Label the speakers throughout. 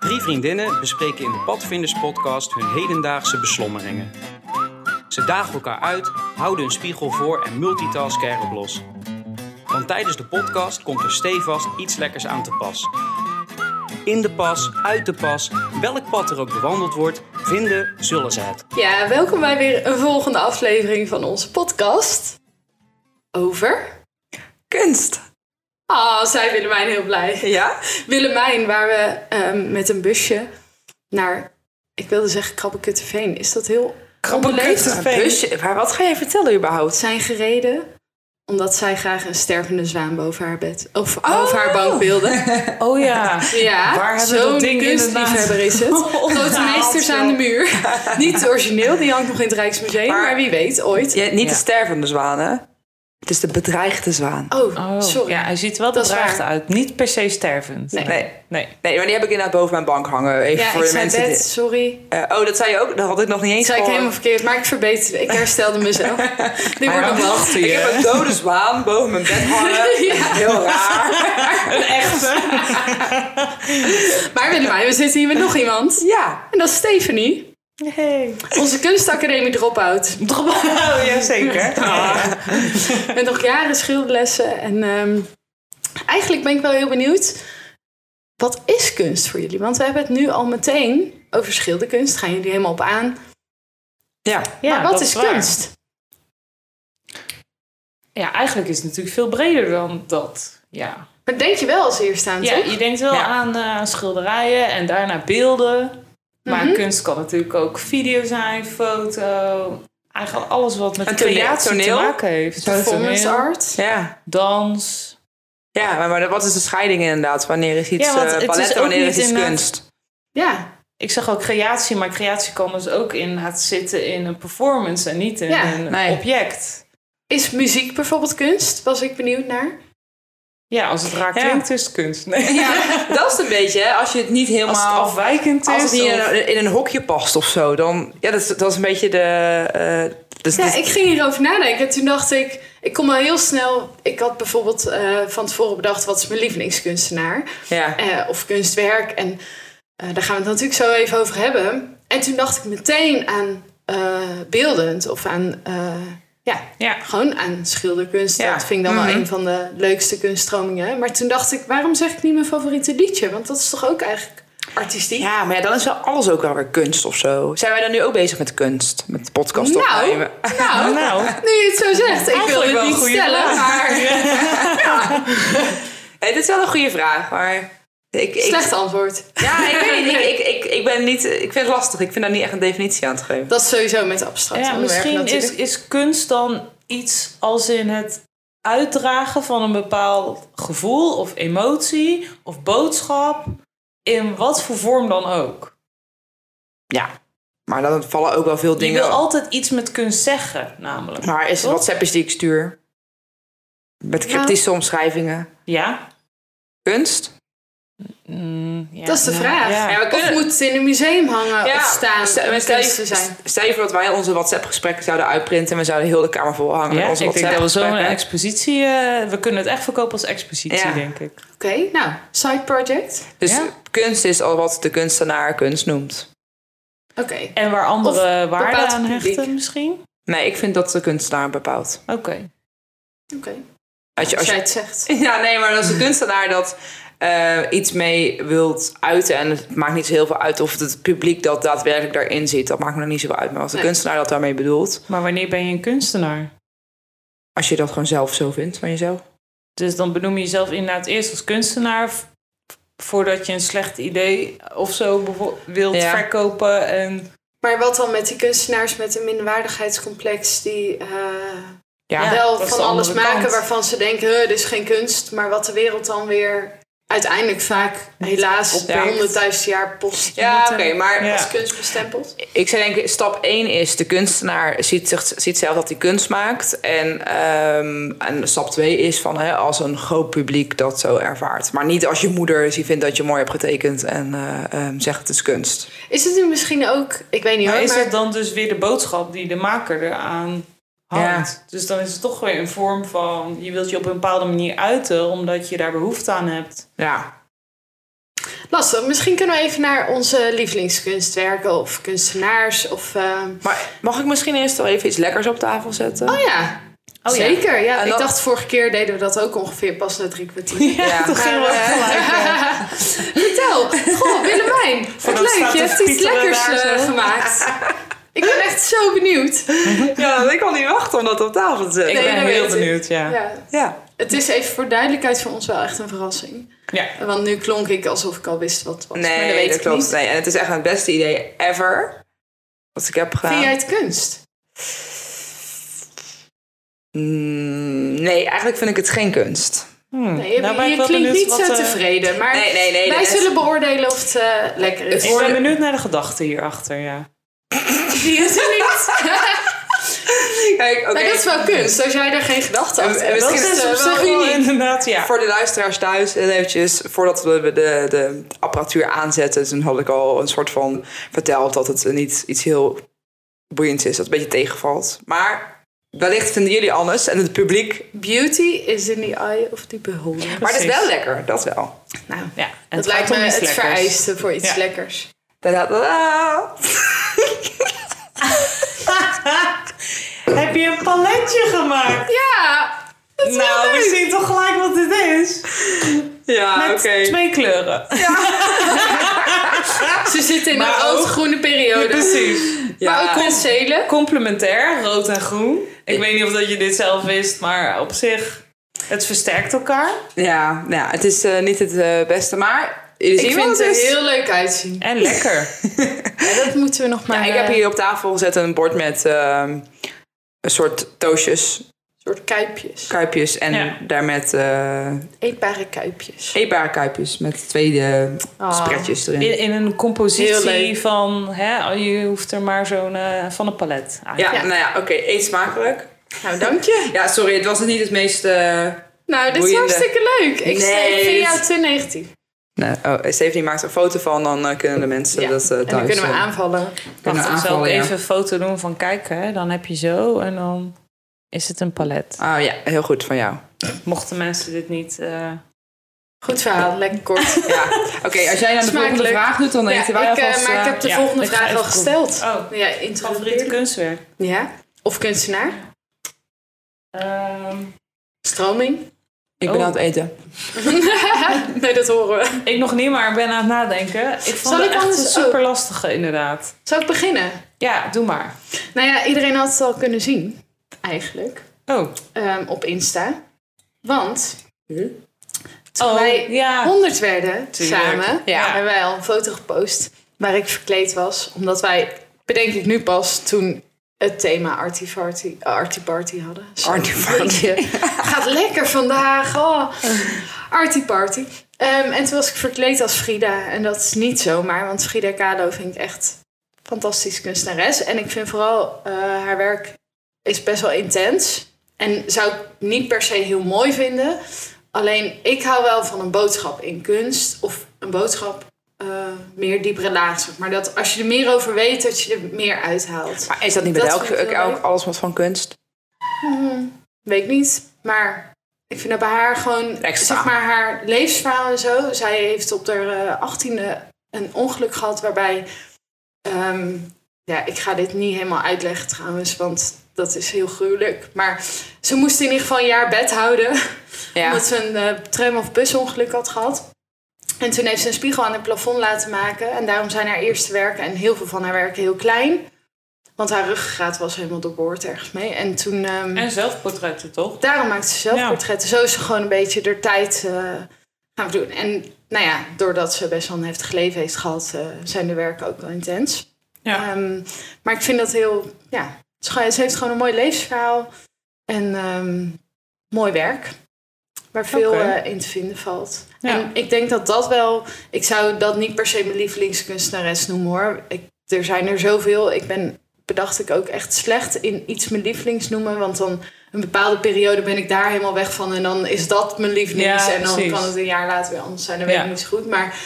Speaker 1: Drie vriendinnen bespreken in de Padvinders podcast hun hedendaagse beslommeringen. Ze dagen elkaar uit, houden hun spiegel voor en multitasken erop los. Want tijdens de podcast komt er stevast iets lekkers aan te pas. In de pas, uit de pas, welk pad er ook bewandeld wordt, vinden zullen ze het.
Speaker 2: Ja, welkom bij weer een volgende aflevering van onze podcast. Over.
Speaker 3: Kunst.
Speaker 2: Ah, zij Willemijn heel blij.
Speaker 3: Ja?
Speaker 2: Willemijn, waar we ehm, met een busje naar. Ik wilde zeggen Krabbekutteveen. Is dat heel onbeleefd?
Speaker 3: Een busje. Maar wat ga je vertellen überhaupt?
Speaker 2: Zijn gereden omdat zij graag een stervende zwaan boven haar bed. Of
Speaker 3: Oh.
Speaker 2: boven haar bank wilde.
Speaker 3: Oh ja.
Speaker 2: Ja,
Speaker 3: Waar hebben we
Speaker 2: zo'n
Speaker 3: dat ding Oh,
Speaker 2: kunstliefhebber is het. Grote meesters aan de muur. Niet origineel, die hangt nog in het Rijksmuseum. Maar,
Speaker 3: Maar-
Speaker 2: wie weet, ooit.
Speaker 3: Ja, niet
Speaker 4: Ja.
Speaker 3: de stervende zwaan, hè? Het is de bedreigde zwaan.
Speaker 2: Oh,
Speaker 4: Oh,
Speaker 2: sorry.
Speaker 4: ja, hij ziet er wel
Speaker 2: Dat is
Speaker 4: bedreigd
Speaker 2: waar.
Speaker 4: uit. Niet per se stervend.
Speaker 2: Nee.
Speaker 3: Nee.
Speaker 4: nee.
Speaker 3: Nee, maar die heb ik inderdaad boven mijn bank hangen. Even
Speaker 2: Ja,
Speaker 3: voor
Speaker 2: ik
Speaker 3: de
Speaker 2: zei
Speaker 3: mensen.
Speaker 2: bed,
Speaker 3: die-
Speaker 2: sorry.
Speaker 3: Eh, oh, dat zei je ook? Dat had ik nog niet
Speaker 2: Dat
Speaker 3: eens
Speaker 2: zei ik
Speaker 3: gehoord.
Speaker 2: helemaal verkeerd, maar ik verbeterde. Ik herstelde mezelf. Dit wordt nog wel.
Speaker 4: achter
Speaker 3: Ik heb een dode zwaan boven mijn bed hangen. Heel raar.
Speaker 4: Een echte.
Speaker 2: Maar Willemijn, we zitten hier met nog iemand.
Speaker 3: Ja.
Speaker 2: En dat is Stephanie, onze kunstacademie drop-out.
Speaker 4: Oh, jazeker.
Speaker 2: Met nog jaren schilderlessen. En ehm, eigenlijk ben ik wel heel benieuwd. Wat is kunst voor jullie? Want we hebben het nu al meteen over schilderkunst. Gaan jullie helemaal op aan.
Speaker 3: Ja.
Speaker 4: Ja,
Speaker 2: maar wat
Speaker 4: dat
Speaker 2: is
Speaker 4: waar.
Speaker 2: kunst?
Speaker 4: Ja, eigenlijk is het natuurlijk veel breder dan dat. Ja,
Speaker 2: Maar denk je wel als eerste aan,
Speaker 4: ja
Speaker 2: toch?
Speaker 4: je denkt wel
Speaker 3: Ja.
Speaker 4: aan, eh, aan schilderijen en daarna beelden. Maar
Speaker 2: Mhm.
Speaker 4: kunst kan natuurlijk ook video zijn, foto. Eigenlijk alles wat met
Speaker 3: En toneel-
Speaker 4: creatie
Speaker 3: toneel?
Speaker 4: te maken heeft.
Speaker 2: Performance
Speaker 4: Toneel,
Speaker 2: art.
Speaker 3: Ja.
Speaker 4: Dans.
Speaker 3: Ja, maar, maar wat is de scheiding inderdaad? Wanneer is iets
Speaker 4: Ja, want
Speaker 3: eh,
Speaker 4: het is
Speaker 3: palet en
Speaker 4: ook
Speaker 3: wanneer is
Speaker 4: niet
Speaker 3: iets
Speaker 4: inderdaad-
Speaker 3: kunst?
Speaker 2: Ja,
Speaker 4: Ik zeg ook creatie, maar creatie kan dus ook inderdaad zitten in een performance en niet in
Speaker 2: Ja,
Speaker 4: een
Speaker 3: nee.
Speaker 4: object.
Speaker 2: Is muziek bijvoorbeeld kunst? Was ik benieuwd naar.
Speaker 4: Ja, als het raar
Speaker 3: Ja.
Speaker 4: klinkt is het kunst. Nee.
Speaker 3: Dat is het een beetje, hè? Als je het niet helemaal...
Speaker 4: Als het afwijkend is.
Speaker 3: Als het niet in
Speaker 4: of-
Speaker 2: eh,
Speaker 3: een, in een hokje past of zo, dan... Ja, dat is, dat is een beetje de... eh, dus
Speaker 2: Ja,
Speaker 3: dit-
Speaker 2: ik ging hierover nadenken. En toen dacht ik, ik kom al heel snel... Ik had bijvoorbeeld eh, van tevoren bedacht... wat is mijn lievelingskunstenaar?
Speaker 3: ja.
Speaker 2: Eh, of kunstwerk. En eh, daar gaan we het natuurlijk zo even over hebben. En toen dacht ik meteen aan eh, beeldend. Of aan, eh, ja,
Speaker 4: Ja.
Speaker 2: gewoon aan schilderkunst.
Speaker 3: Ja.
Speaker 2: Dat vind ik dan wel
Speaker 3: Mhm.
Speaker 2: een van de leukste kunststromingen. Maar toen dacht ik, waarom zeg ik niet mijn favoriete liedje? Want dat is toch ook eigenlijk artistiek?
Speaker 3: Ja, maar ja, dan is wel alles ook wel weer kunst of zo. Zijn wij dan nu ook bezig met kunst? Met de podcast opnemen?
Speaker 2: nou,
Speaker 4: Nou,
Speaker 2: nu je het zo zegt. Ik wil
Speaker 4: Eigenlijk wel
Speaker 2: het
Speaker 4: een
Speaker 2: niet
Speaker 4: goede
Speaker 2: stellen, maar...
Speaker 3: Hey, dit is wel een goede vraag, maar... Ik, ik,
Speaker 2: Slecht antwoord.
Speaker 3: Ja, ik weet niet. Ik, ik, ik, ik ben niet... Ik vind het lastig. Ik vind daar niet echt een definitie aan te geven.
Speaker 2: Dat is sowieso met abstract
Speaker 4: ja,
Speaker 2: onderwerpen
Speaker 4: misschien is,
Speaker 2: natuurlijk.
Speaker 4: is kunst dan iets als in het uitdragen van een bepaald gevoel of emotie of boodschap. In wat voor vorm dan ook.
Speaker 3: Ja. Maar dan vallen ook wel veel
Speaker 4: Je
Speaker 3: dingen...
Speaker 4: wil altijd iets met kunst zeggen, namelijk.
Speaker 3: Maar is het
Speaker 2: Oh.
Speaker 4: Toch?
Speaker 3: WhatsAppjes die ik stuur? Met cryptische omschrijvingen.
Speaker 4: Ja?
Speaker 3: Kunst?
Speaker 4: Mm, ja,
Speaker 2: Dat is de
Speaker 4: nou,
Speaker 2: vraag.
Speaker 4: ja.
Speaker 3: we
Speaker 2: Of moet het in een museum hangen of staan
Speaker 3: stel,
Speaker 2: om
Speaker 3: stel,
Speaker 2: kunst
Speaker 3: je,
Speaker 2: te zijn?
Speaker 3: stel je voor dat wij onze WhatsApp-gesprekken zouden uitprinten... en we zouden heel de kamer vol hangen
Speaker 4: Ja,
Speaker 3: met
Speaker 4: ik
Speaker 3: onze
Speaker 4: denk dat we zo'n
Speaker 3: WhatsApp-gesprekken.
Speaker 4: expositie... eh, we kunnen het echt verkopen als expositie,
Speaker 3: Ja.
Speaker 4: denk ik.
Speaker 2: Oké, nou, side project.
Speaker 3: Dus
Speaker 4: Ja.
Speaker 3: kunst is al wat de kunstenaar kunst noemt.
Speaker 2: Oké.
Speaker 4: En waar anderen waarde
Speaker 2: bepaald
Speaker 4: aan
Speaker 2: publiek.
Speaker 4: hechten misschien?
Speaker 3: Nee, ik vind dat de kunstenaar bepaalt.
Speaker 4: Oké.
Speaker 2: oké.
Speaker 3: Als
Speaker 2: Als
Speaker 3: je, als
Speaker 2: jij
Speaker 3: je,
Speaker 2: het zegt.
Speaker 3: ja, nee, maar als de kunstenaar dat eh, iets mee wilt uiten... en het maakt niet zo heel veel uit of het publiek dat daadwerkelijk daarin zit... dat maakt me nog niet zoveel uit. Maar als de
Speaker 2: Nee.
Speaker 3: kunstenaar dat daarmee bedoelt...
Speaker 4: Maar wanneer ben je een kunstenaar?
Speaker 3: als je dat gewoon zelf zo vindt van jezelf...
Speaker 4: Dus dan benoem je jezelf inderdaad eerst als kunstenaar... v- voordat je een slecht idee of zo bevo- wilt
Speaker 3: Ja.
Speaker 4: verkopen. En...
Speaker 2: Maar wat dan met die kunstenaars met een minderwaardigheidscomplex die eh,
Speaker 3: Ja,
Speaker 4: Ja.
Speaker 2: wel
Speaker 4: dat is
Speaker 2: van
Speaker 4: de
Speaker 2: alles
Speaker 4: andere
Speaker 2: maken
Speaker 4: kant.
Speaker 2: waarvan ze denken, "Huh, dit is geen kunst, maar wat de wereld dan weer uiteindelijk vaak helaas
Speaker 3: oppikt.
Speaker 2: honderdduizend jaar post eh,
Speaker 3: ja oké, maar
Speaker 4: Ja.
Speaker 2: als kunst bestempeld.
Speaker 3: ik zou denken, stap 1 is de kunstenaar ziet, zich, ziet zelf dat hij kunst maakt. En, ehm, en stap 2 is van hè, als een groot publiek dat zo ervaart. Maar niet als je moeder is die vindt dat je mooi hebt getekend en eh, ehm, zegt het is kunst.
Speaker 2: Is het nu misschien ook, ik weet niet
Speaker 4: Maar
Speaker 2: hoor,
Speaker 4: is
Speaker 2: maar...
Speaker 4: het dan dus weer de boodschap die de maker eraan hangt? Dus dan is het toch weer een vorm van... je wilt je op een bepaalde manier uiten... omdat je daar behoefte aan hebt.
Speaker 3: Ja,
Speaker 2: Lastig. Misschien kunnen we even naar onze lievelingskunstwerken of kunstenaars. Of, ehm,
Speaker 3: Maar mag ik misschien eerst al even iets lekkers op tafel zetten?
Speaker 2: Oh ja.
Speaker 4: Oh ja.
Speaker 2: Zeker, ja.
Speaker 3: En
Speaker 2: Ik
Speaker 3: dat-
Speaker 2: dacht vorige keer deden we dat ook ongeveer pas na drie kwartier.
Speaker 3: Ja.
Speaker 4: toch gingen we
Speaker 3: Maar, eh,
Speaker 4: ook gelijk. eh,
Speaker 2: Vertel, goh, Willemijn, wat
Speaker 4: Voordat
Speaker 2: leuk,
Speaker 4: staat
Speaker 2: je
Speaker 4: te
Speaker 2: hebt iets
Speaker 4: pieteren
Speaker 2: lekkers
Speaker 4: daar
Speaker 2: eh,
Speaker 4: zo.
Speaker 2: gemaakt. Ik ben echt zo benieuwd.
Speaker 3: Ja, ik kan niet wachten om dat op tafel te zetten.
Speaker 4: Ik
Speaker 2: Nee,
Speaker 4: ben
Speaker 2: dat
Speaker 4: heel
Speaker 2: weet ik.
Speaker 4: benieuwd, ja. ja.
Speaker 2: Ja.
Speaker 3: Ja.
Speaker 2: Het is even voor duidelijkheid voor ons wel echt een verrassing. Want nu klonk ik alsof ik al wist wat het was, maar dat
Speaker 3: Nee,
Speaker 2: weet
Speaker 3: dat
Speaker 2: ik
Speaker 3: klopt.
Speaker 2: niet.
Speaker 3: Nee, en het is echt het beste idee ever. Wat ik heb gedaan.
Speaker 2: Vind jij het kunst?
Speaker 3: Mm, nee, eigenlijk vind ik het geen kunst.
Speaker 2: Nee, je,
Speaker 4: nou ben
Speaker 2: je
Speaker 4: ik wel
Speaker 2: klinkt
Speaker 4: benieuwd
Speaker 2: niet
Speaker 4: wat,
Speaker 2: zo
Speaker 4: eh,
Speaker 2: tevreden, maar
Speaker 3: Nee, nee, nee.
Speaker 2: wij
Speaker 3: dat is-
Speaker 2: zullen beoordelen of het eh, lekker is.
Speaker 4: Ik ben benieuwd naar de gedachten hierachter, ja.
Speaker 2: Die is er niet.
Speaker 3: Kijk, oké.
Speaker 2: Nou, dat is wel kunst, als jij er geen gedachten
Speaker 3: En-
Speaker 2: achter
Speaker 3: en
Speaker 2: hebt.
Speaker 3: misschien
Speaker 2: Dat
Speaker 3: is
Speaker 2: is
Speaker 3: het
Speaker 2: op
Speaker 3: op
Speaker 2: zich
Speaker 3: zich
Speaker 2: uniek.
Speaker 4: Oh, inderdaad, ja.
Speaker 3: Voor de luisteraars thuis, heel eventjes, voordat we de, de, de apparatuur aanzetten, toen had ik al een soort van verteld dat het niet iets heel boeiends is, dat het een beetje tegenvalt. Maar wellicht vinden jullie anders en het publiek.
Speaker 2: Beauty is in the eye of the beholder.
Speaker 3: Maar het is
Speaker 4: Precies.
Speaker 3: wel lekker, dat wel.
Speaker 2: Nou,
Speaker 4: Ja, en
Speaker 2: dat
Speaker 4: het
Speaker 2: lijkt me
Speaker 4: gaat om iets
Speaker 2: het
Speaker 4: lekkers.
Speaker 2: vereiste voor iets
Speaker 4: Ja.
Speaker 2: lekkers.
Speaker 3: Tadadada.
Speaker 4: Heb je een paletje gemaakt?
Speaker 2: Ja,
Speaker 4: nou, we zien toch gelijk wat dit is?
Speaker 3: Ja,
Speaker 4: Met
Speaker 3: Ah, oké.
Speaker 4: twee kleuren.
Speaker 2: ze zitten in
Speaker 4: Maar
Speaker 2: een
Speaker 4: ook-
Speaker 2: rood-groene periode.
Speaker 4: Precies.
Speaker 2: Maar ook
Speaker 3: Ja.
Speaker 2: penselen.
Speaker 4: Complementair, rood en groen. Ik weet niet of dat je dit zelf wist, maar op zich, het versterkt elkaar.
Speaker 3: Ja, nou ja, het is eh, niet het eh, beste, maar jullie
Speaker 2: Ik
Speaker 3: zien wel
Speaker 2: vind
Speaker 3: wat
Speaker 2: ze
Speaker 3: het is.
Speaker 2: heel leuk uitzien.
Speaker 4: En lekker.
Speaker 2: dat moeten we nog maar...
Speaker 3: dus- Ja, ik heb
Speaker 2: eh,
Speaker 3: hier op tafel gezet een bord met ehm, een soort toastjes,
Speaker 2: Een soort kuipjes.
Speaker 3: kuipjes en
Speaker 4: Ja.
Speaker 3: daar met eh,
Speaker 2: Eetbare kuipjes.
Speaker 3: eetbare kuipjes met twee eh,
Speaker 2: Ah.
Speaker 3: spretjes erin.
Speaker 4: In, in een
Speaker 2: Heel
Speaker 4: compositie
Speaker 2: leuk.
Speaker 4: van, hè, je hoeft er maar zo'n, eh, van een palet aan.
Speaker 3: Ja,
Speaker 2: Ja.
Speaker 3: nou ja, oké, eet smakelijk.
Speaker 2: Nou, dank je.
Speaker 3: Ja, sorry, het was niet het meest... eh,
Speaker 2: Nou, dit is
Speaker 3: Boeiende.
Speaker 2: hartstikke leuk. Ik,
Speaker 3: Nee,
Speaker 2: ik vind
Speaker 3: dit-
Speaker 2: jou te negatief.
Speaker 3: Nee, oh, Stephanie maakt er een foto van, dan eh, kunnen de mensen
Speaker 2: Ja,
Speaker 3: dat eh
Speaker 2: en
Speaker 3: thuis...
Speaker 2: dan kunnen we
Speaker 3: eh,
Speaker 2: aanvallen.
Speaker 3: kunnen
Speaker 4: Wacht, ik zal ook
Speaker 3: aanvallen, ja.
Speaker 4: even een foto doen van kijken. hè. Dan heb je zo en dan is het een palet.
Speaker 3: Ah ja, heel goed van jou.
Speaker 4: Mochten mensen dit niet... eh,
Speaker 2: Goed verhaal, lekker kort.
Speaker 3: Ja. Oké, als jij dan de volgende
Speaker 2: Smakelijk.
Speaker 3: vraag doet, dan
Speaker 2: Ja,
Speaker 3: eten wij
Speaker 2: ik, eh,
Speaker 3: alvast...
Speaker 2: maar ik
Speaker 3: eh,
Speaker 2: heb de
Speaker 4: ja,
Speaker 2: volgende
Speaker 4: ik ga
Speaker 2: vraag al
Speaker 4: even
Speaker 2: gesteld.
Speaker 4: Oh,
Speaker 2: Ja,
Speaker 4: favoriete
Speaker 2: introduceer.
Speaker 4: kunstwerk.
Speaker 2: Ja, of kunstenaar.
Speaker 4: Ehm,
Speaker 2: Stroming.
Speaker 3: Ik ben
Speaker 4: Oh.
Speaker 3: aan het eten.
Speaker 2: nee, dat horen we.
Speaker 4: ik nog niet, maar ben aan het nadenken. Ik vond
Speaker 2: Zal
Speaker 4: het
Speaker 2: ik
Speaker 4: echt een
Speaker 2: anders ook?
Speaker 4: super lastige, inderdaad.
Speaker 2: Zal ik beginnen?
Speaker 4: Ja, doe maar.
Speaker 2: Nou ja, iedereen had het al kunnen zien, eigenlijk,
Speaker 4: Oh,
Speaker 2: ehm, op Insta. Want toen
Speaker 4: oh
Speaker 2: wij
Speaker 4: ja.
Speaker 2: 100 werden
Speaker 4: Mhm. Tuurlijk.
Speaker 2: samen,
Speaker 4: Ja.
Speaker 2: hebben wij al een foto gepost waar ik verkleed was. Omdat wij, bedenk ik nu pas, toen het thema Artie Party, Artie Party hadden. Zo,
Speaker 3: Artie Party.
Speaker 2: jeetje. Gaat lekker vandaag. Oh. Artie Party. Ehm, en toen was ik verkleed als Frida. En dat is niet zomaar, want Frida Kahlo vind ik echt fantastisch kunstenares. En ik vind vooral eh, haar werk is best wel intens. En zou ik niet per se heel mooi vinden. Alleen ik hou wel van een boodschap in kunst. Of een boodschap eh, meer diepere laag. zeg Maar dat als je er meer over weet, dat je er meer uithaalt.
Speaker 3: Maar is dat niet met
Speaker 2: Dat
Speaker 3: elk,
Speaker 2: vind ik heel
Speaker 3: elk
Speaker 2: leuk.
Speaker 3: alles wat van kunst?
Speaker 2: Weet ik niet, maar ik vind dat bij haar gewoon,
Speaker 3: Extra.
Speaker 2: zeg maar, haar levensverhaal en zo. Zij heeft op haar eh, achttiende een ongeluk gehad waarbij, ehm, ja, ik ga dit niet helemaal uitleggen trouwens, want dat is heel gruwelijk. Maar ze moest in ieder geval een jaar bed houden,
Speaker 3: Ja.
Speaker 2: omdat ze een eh, tram- of busongeluk had gehad. En toen heeft ze een spiegel aan het plafond laten maken. En daarom zijn haar eerste werken en heel veel van haar werken heel klein. Want haar ruggengraat was helemaal doorboord ergens mee. En toen... ehm,
Speaker 4: En zelfportretten, toch?
Speaker 2: Daarom maakt ze zelfportretten. Zo is ze gewoon een beetje door tijd eh, gaan doen. En nou ja, doordat ze best wel een heftig leven heeft gehad, eh, zijn de werken ook wel intens.
Speaker 4: Ja.
Speaker 2: Ehm, maar ik vind dat heel, ja, het is gewoon- ze heeft gewoon een mooi levensverhaal en ehm, mooi werk. Waar veel
Speaker 4: Oké.
Speaker 2: eh, in te vinden valt.
Speaker 4: Ja.
Speaker 2: En ik denk dat dat wel. Ik zou dat niet per se mijn lievelingskunstenares noemen hoor. Ik, er zijn er zoveel. Ik ben, bedacht ik ook echt slecht in iets mijn lievelings noemen. Want dan een bepaalde periode ben ik daar helemaal weg van. En dan is dat mijn lievelings.
Speaker 4: Ja,
Speaker 2: en dan
Speaker 4: precies.
Speaker 2: kan het een jaar later weer anders zijn. Dat weet
Speaker 4: Ja.
Speaker 2: ik niet zo goed. Maar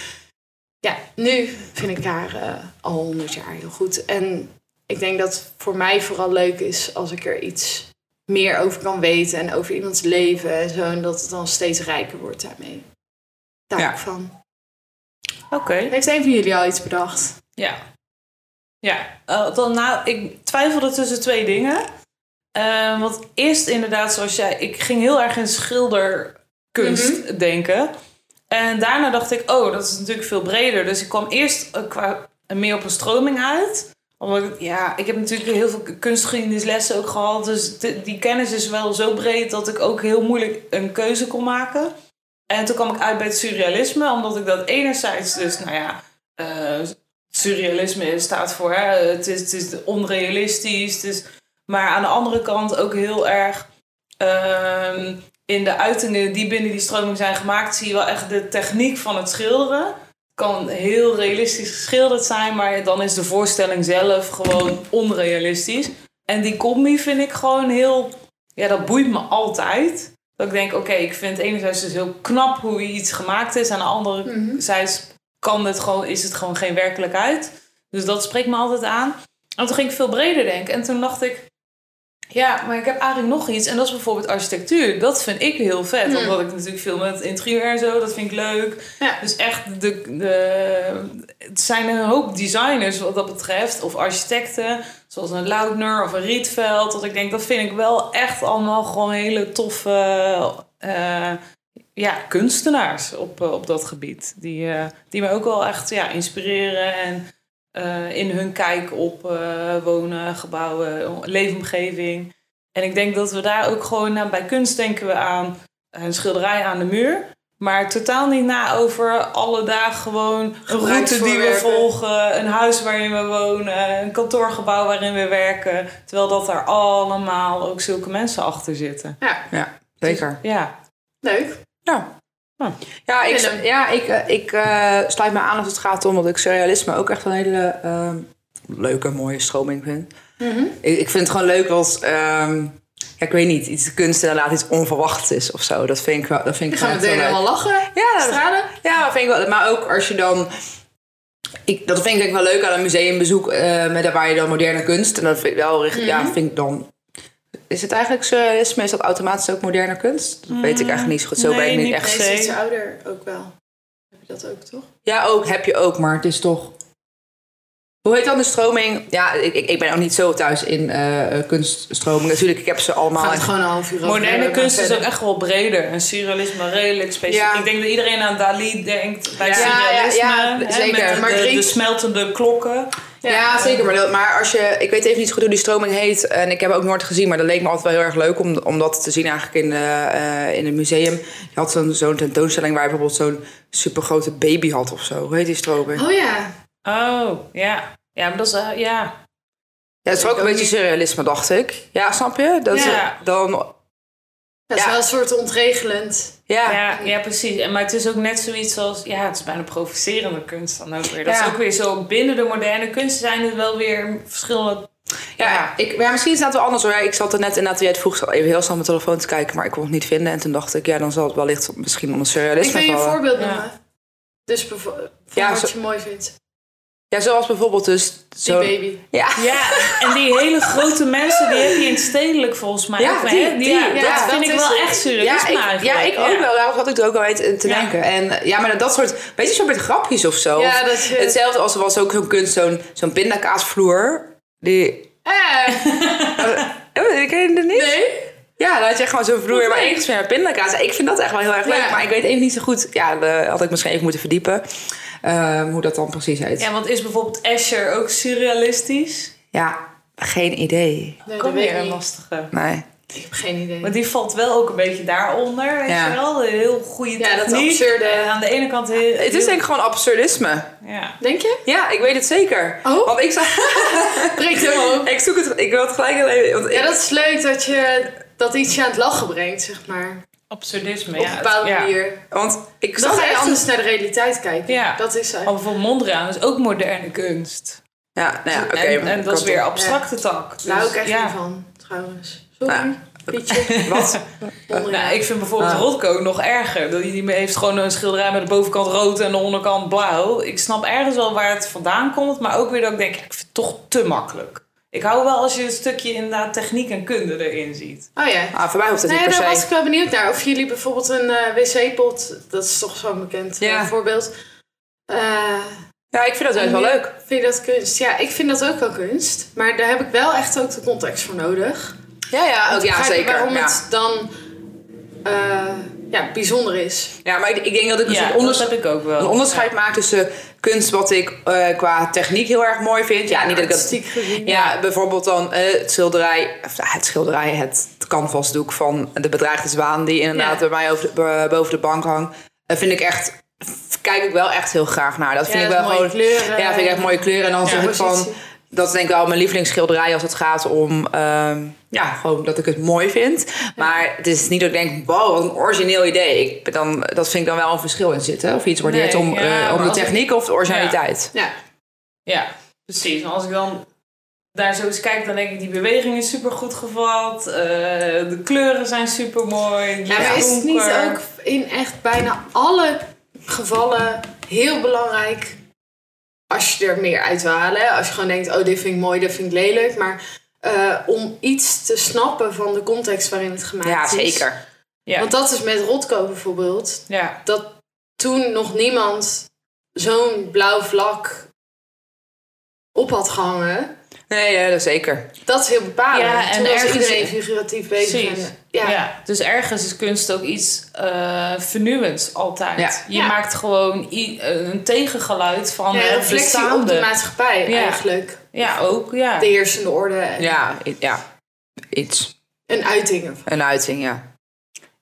Speaker 2: ja, nu vind ik haar eh, al honderd jaar heel goed. En ik denk dat het voor mij vooral leuk is als ik er iets meer over kan weten. En over iemands leven en zo. En dat het dan steeds rijker wordt daarmee. Daar
Speaker 3: Ja.
Speaker 2: ook van.
Speaker 4: Oké.
Speaker 2: Heeft een van jullie al iets bedacht?
Speaker 4: Ja. Ja. eh, dan, nou, ik twijfelde tussen twee dingen. Eh, want eerst inderdaad, zoals jij... Ik ging heel erg in schilderkunst denken. En daarna dacht ik, oh, dat is natuurlijk veel breder. Dus ik kwam eerst eh, qua, meer op een stroming uit. Omdat ik, ja, ik heb natuurlijk heel veel kunstgeschiedenislessen ook gehad. Dus di- die kennis is wel zo breed dat ik ook heel moeilijk een keuze kon maken. En toen kwam ik uit bij het surrealisme, omdat ik dat enerzijds dus, nou ja, eh, surrealisme staat voor, hè, het, is, het is onrealistisch. Het is, maar aan de andere kant ook heel erg ehm, in de uitingen die binnen die stroming zijn gemaakt, zie je wel echt de techniek van het schilderen. Het kan heel realistisch geschilderd zijn, maar dan is de voorstelling zelf gewoon onrealistisch. En die combi vind ik gewoon heel, ja, dat boeit me altijd. Dat ik denk, oké, ik vind enerzijds dus heel knap hoe iets gemaakt is, aan de andere zijde kan het gewoon, is het gewoon geen werkelijkheid. Dus dat spreekt me altijd aan. En toen ging ik veel breder denken. En toen dacht ik, ja, maar ik heb eigenlijk nog iets. En dat is bijvoorbeeld architectuur. Dat vind ik heel vet. Omdat ik natuurlijk veel met interieur en zo, dat vind ik leuk.
Speaker 2: Ja.
Speaker 4: Dus echt, de, de, het zijn een hoop designers wat dat betreft. Of architecten, zoals een Lautner of een Rietveld. Dat ik denk, dat vind ik wel echt allemaal gewoon hele toffe eh, ja, kunstenaars op, eh, op dat gebied. Die, eh, die mij ook wel echt ja, inspireren en eh, in hun kijk op eh, wonen, gebouwen, leefomgeving. En ik denk dat we daar ook gewoon nou, bij kunst denken we aan een schilderij aan de muur. Maar totaal niet na over alle dagen gewoon een route die we
Speaker 2: Gebruiksvoorwerpen.
Speaker 4: volgen, een huis waarin we wonen, een kantoorgebouw waarin we werken. Terwijl dat daar allemaal ook zulke mensen achter zitten.
Speaker 2: Ja,
Speaker 3: Ja,
Speaker 2: Dus
Speaker 3: zeker.
Speaker 4: Ja,
Speaker 2: leuk.
Speaker 3: Ja.
Speaker 4: Ja.
Speaker 3: Ja, ik,
Speaker 2: Willem.
Speaker 3: ja, ik, eh, ik eh, sluit me aan als het gaat om dat ik surrealisme ook echt een hele ehm, leuke, mooie stroming vind. Ik, ik vind het gewoon leuk als, ehm, ja, ik weet niet, iets kunst inderdaad iets onverwachts is of zo. Dat vind ik wel. Dat vind ik
Speaker 2: Dan gaan we
Speaker 3: gewoon
Speaker 2: meteen
Speaker 3: echt wel
Speaker 2: helemaal
Speaker 3: leuk.
Speaker 2: lachen.
Speaker 3: Ja, dat-
Speaker 2: Stralen.
Speaker 3: Ja, dat vind ik wel. Maar ook als je dan. Ik, dat vind ik wel leuk aan een museumbezoek. eh, met waar je dan moderne kunst. En dat vind ik wel richt, Ja, vind ik dan. Is het eigenlijk surrealisme? Is dat automatisch ook moderne kunst? Dat weet ik eigenlijk niet zo goed. Zo
Speaker 4: Nee,
Speaker 3: ben ik niet
Speaker 4: niet
Speaker 3: echt.
Speaker 4: per
Speaker 2: Hij
Speaker 4: se.
Speaker 2: is iets ouder ook wel. Heb je dat ook, toch?
Speaker 3: Ja, ook heb je ook, maar het is toch. Hoe heet dan de stroming? Ja, ik, ik ik ben ook niet zo thuis in eh eh, kunststromingen. Natuurlijk, ik heb ze allemaal.
Speaker 2: Gaat het gewoon een half uur over
Speaker 4: moderne
Speaker 2: hebben, maar
Speaker 4: kunst is
Speaker 2: verder.
Speaker 4: ook echt wel breder. En surrealisme redelijk specifiek.
Speaker 3: Ja.
Speaker 4: Ik denk dat iedereen aan Dalí denkt bij
Speaker 3: Ja,
Speaker 4: surrealisme.
Speaker 3: ja, ja,
Speaker 4: hè,
Speaker 3: zeker.
Speaker 4: Met de,
Speaker 3: Maar
Speaker 4: de- de
Speaker 3: Grieks-
Speaker 4: smeltende klokken.
Speaker 3: Ja, zeker. Maar, dat- maar als je, ik weet even niet zo goed hoe die stroming heet. En ik heb ook nooit gezien, maar dat leek me altijd wel heel erg leuk om, om dat te zien eigenlijk in, eh, eh, in het museum. Je had zo'n zo'n tentoonstelling waar je bijvoorbeeld zo'n supergrote baby had of zo. Hoe heet die stroming?
Speaker 2: Oh ja.
Speaker 4: Oh, ja. Ja, maar dat is... eh, ja.
Speaker 3: ja, het is ook een beetje surrealisme, dacht ik. Ja, snap je? Dat is-
Speaker 4: Ja.
Speaker 3: dan,
Speaker 2: Dat is
Speaker 3: Ja.
Speaker 2: wel een soort ontregelend.
Speaker 3: ja.
Speaker 4: Ja, ja, precies. En, maar het is ook net zoiets als... Ja, het is bijna provocerende kunst dan ook weer. Dat
Speaker 3: Ja.
Speaker 4: is ook weer zo. Binnen de moderne kunst zijn er wel weer verschillende...
Speaker 3: Ja, Ik, maar misschien staat het wel anders hoor. Ja, Ik zat er net inderdaad, jij het vroeg, zat even heel snel op mijn telefoon te kijken, maar ik kon het niet vinden. En toen dacht ik, ja, dan zal het wellicht misschien onder surrealisme
Speaker 2: Ik wil je een
Speaker 3: vallen.
Speaker 2: voorbeeld
Speaker 4: Ja.
Speaker 2: noemen. Dus bevo- van
Speaker 3: Ja,
Speaker 2: wat
Speaker 3: zo-
Speaker 2: je mooi vindt.
Speaker 3: Ja, zoals bijvoorbeeld dus...
Speaker 2: Die
Speaker 3: Zo,
Speaker 2: baby.
Speaker 3: Ja.
Speaker 4: Ja, en die hele grote mensen, die heb je in het stedelijk volgens mij.
Speaker 3: Ja,
Speaker 4: ook, hè?
Speaker 3: die- die-
Speaker 4: ja,
Speaker 2: ja,
Speaker 4: dat
Speaker 2: dat
Speaker 4: vind ik
Speaker 2: is-
Speaker 4: wel echt surrealisme
Speaker 3: ja, ik, ja,
Speaker 4: eigenlijk.
Speaker 3: ik ook wel. Daarom had ik er ook al aan te te
Speaker 4: Ja.
Speaker 3: denken. En eh, ja, maar dat- dat soort, weet je, zo'n met grapjes of zo.
Speaker 2: Ja,
Speaker 3: Of
Speaker 2: dat je-
Speaker 3: Hetzelfde als er was ook zo'n kunst, zo'n zo'n pindakaasvloer. Die,
Speaker 2: Eh,
Speaker 3: Eh, ik ken je dat niet?
Speaker 2: nee.
Speaker 3: Ja, dan had je gewoon zo'n vloer waar ingesmeerd met pindakaas. Ik vind dat echt wel heel erg leuk,
Speaker 2: Ja.
Speaker 3: maar ik weet even niet zo goed. Ja, dat had ik misschien even moeten verdiepen. ehm, hoe dat dan precies heet.
Speaker 4: Ja, want is bijvoorbeeld Escher ook surrealistisch?
Speaker 3: Ja, geen idee.
Speaker 2: Nee,
Speaker 4: Kom
Speaker 2: dat weet
Speaker 4: weer
Speaker 2: ik
Speaker 4: een
Speaker 2: niet.
Speaker 4: lastige.
Speaker 3: Nee.
Speaker 2: Ik heb geen idee.
Speaker 4: Maar die valt wel ook een beetje daaronder, weet
Speaker 3: Ja.
Speaker 4: je wel? De heel goede
Speaker 2: Ja, dat
Speaker 4: techniek.
Speaker 2: absurde.
Speaker 4: En aan de ene kant heel...
Speaker 3: Het is denk ik gewoon absurdisme.
Speaker 4: Ja.
Speaker 2: Denk je?
Speaker 3: Ja, ik weet het zeker.
Speaker 2: Oh?
Speaker 3: Want ik, zag,
Speaker 2: Breekt helemaal op.
Speaker 3: ik zoek het, ik wil het gelijk heel even. Want
Speaker 2: Ja,
Speaker 3: ik-
Speaker 2: dat is leuk dat je dat iets je aan het lachen brengt, zeg maar.
Speaker 4: Absurdisme,
Speaker 2: Op
Speaker 4: ja.
Speaker 2: een bepaalde
Speaker 4: ja.
Speaker 2: manier.
Speaker 3: Want
Speaker 2: Dan
Speaker 3: ik zag
Speaker 2: ga je
Speaker 3: echt
Speaker 2: anders naar de realiteit kijken.
Speaker 4: Ja.
Speaker 2: Dat is
Speaker 4: Maar
Speaker 2: eigenlijk.
Speaker 4: bijvoorbeeld Mondriaan is ook moderne kunst.
Speaker 3: Ja, nou ja, oké.
Speaker 4: en, en dat is
Speaker 3: kan
Speaker 4: weer
Speaker 3: toch.
Speaker 4: abstracte tak. Dus,
Speaker 2: Daar hou Nou, ik echt
Speaker 4: ja.
Speaker 2: niet van, trouwens. Sorry,
Speaker 3: Nou,
Speaker 2: Pietje.
Speaker 3: Wat?
Speaker 2: Mondriaan.
Speaker 4: Nou, ik vind bijvoorbeeld
Speaker 3: Ah.
Speaker 4: Rotko nog erger. Dat- Die heeft gewoon een schilderij met de bovenkant rood en de onderkant blauw. Ik snap ergens wel waar het vandaan komt, maar ook weer dat ik denk, ja, ik vind het toch te makkelijk. Ik hou wel als je een stukje inderdaad techniek en kunde erin ziet.
Speaker 2: Oh ja.
Speaker 3: Ah, voor mij hoeft het
Speaker 2: Nee,
Speaker 3: niet
Speaker 2: daar
Speaker 3: per
Speaker 2: was
Speaker 3: se.
Speaker 2: ik wel benieuwd naar. Of jullie bijvoorbeeld een eh, wc-pot, dat is toch zo'n bekend eh,
Speaker 3: Ja.
Speaker 2: voorbeeld. Eh,
Speaker 3: Ja, ik vind dat juist wel
Speaker 2: en-
Speaker 3: leuk.
Speaker 2: Vind je dat kunst? Ja, ik vind dat ook wel kunst. Maar daar heb ik wel echt ook de context voor nodig.
Speaker 3: Ja, ja, ook,
Speaker 2: Om te
Speaker 3: ja
Speaker 2: begrijpen
Speaker 3: zeker.
Speaker 2: Waarom
Speaker 3: ja.
Speaker 2: het dan eh, ja, bijzonder is.
Speaker 3: Ja, maar ik, ik denk dat
Speaker 2: Dus
Speaker 3: ik dus een soort
Speaker 4: Ja, dat
Speaker 3: onders-
Speaker 4: heb ik ook wel.
Speaker 3: een onderscheid maak tussen kunst wat ik eh, qua techniek heel erg mooi vind. Ja, niet dat ik dat
Speaker 2: Artistiek gezien.
Speaker 3: Ja, bijvoorbeeld dan eh, het schilderij, of, nou, het schilderij, het canvasdoek van de bedreigde zwaan die inderdaad
Speaker 2: Ja.
Speaker 3: bij mij over de- bo- boven de bank hangt. Dat vind ik echt, kijk ik wel echt heel graag naar. Dat vind ik
Speaker 2: dat
Speaker 3: wel
Speaker 2: mooie
Speaker 3: gewoon,
Speaker 2: kleuren.
Speaker 3: ja, vind ik echt mooie kleuren. En dan zeg ik van,
Speaker 2: positie.
Speaker 3: dat is denk ik wel mijn lievelingsschilderij als het gaat om, ehm, ja, gewoon dat ik het mooi vind. Maar het is niet dat ik denk, wow, wat een origineel idee. Ik ben dan, dat vind ik dan wel een verschil in zitten. Of je iets waardeert
Speaker 4: Nee,
Speaker 3: om,
Speaker 4: ja,
Speaker 3: eh,
Speaker 4: maar
Speaker 3: om de
Speaker 4: als ik-
Speaker 3: techniek of de originaliteit.
Speaker 2: Ja,
Speaker 4: Ja, precies. Maar als ik dan daar zo eens kijk, dan denk ik die beweging is super goed gevat. eh, de kleuren zijn super mooi.
Speaker 2: ja maar is het niet ook in echt bijna alle gevallen heel belangrijk als je er meer uit wil halen? hè? Als je gewoon denkt, oh dit vind ik mooi, dit vind ik lelijk. Maar eh, om iets te snappen van de context waarin het gemaakt
Speaker 3: Ja,
Speaker 2: is.
Speaker 3: zeker.
Speaker 4: Ja.
Speaker 2: Want dat is met Rotko bijvoorbeeld.
Speaker 4: Ja,
Speaker 2: dat toen nog niemand zo'n blauw vlak op had gehangen.
Speaker 3: Nee, ja, dat zeker.
Speaker 2: Dat is heel bepalend.
Speaker 4: Ja, en
Speaker 2: toen was
Speaker 4: ergens-
Speaker 2: iedereen figuratief bezig.
Speaker 4: Precies.
Speaker 2: En,
Speaker 4: ja.
Speaker 2: ja,
Speaker 4: Dus ergens is kunst ook iets eh vernieuwends altijd.
Speaker 3: Ja.
Speaker 4: Je
Speaker 2: Ja.
Speaker 4: maakt gewoon i- eh, een tegengeluid van
Speaker 2: Ja,
Speaker 4: het
Speaker 2: reflectie op
Speaker 4: bestaande.
Speaker 2: de maatschappij
Speaker 4: Ja.
Speaker 2: eigenlijk.
Speaker 4: ja, ook. Ja.
Speaker 2: De heersende orde. En
Speaker 3: Ja, i- ja. Iets.
Speaker 2: Een uiting ervan.
Speaker 3: Een uiting, ja.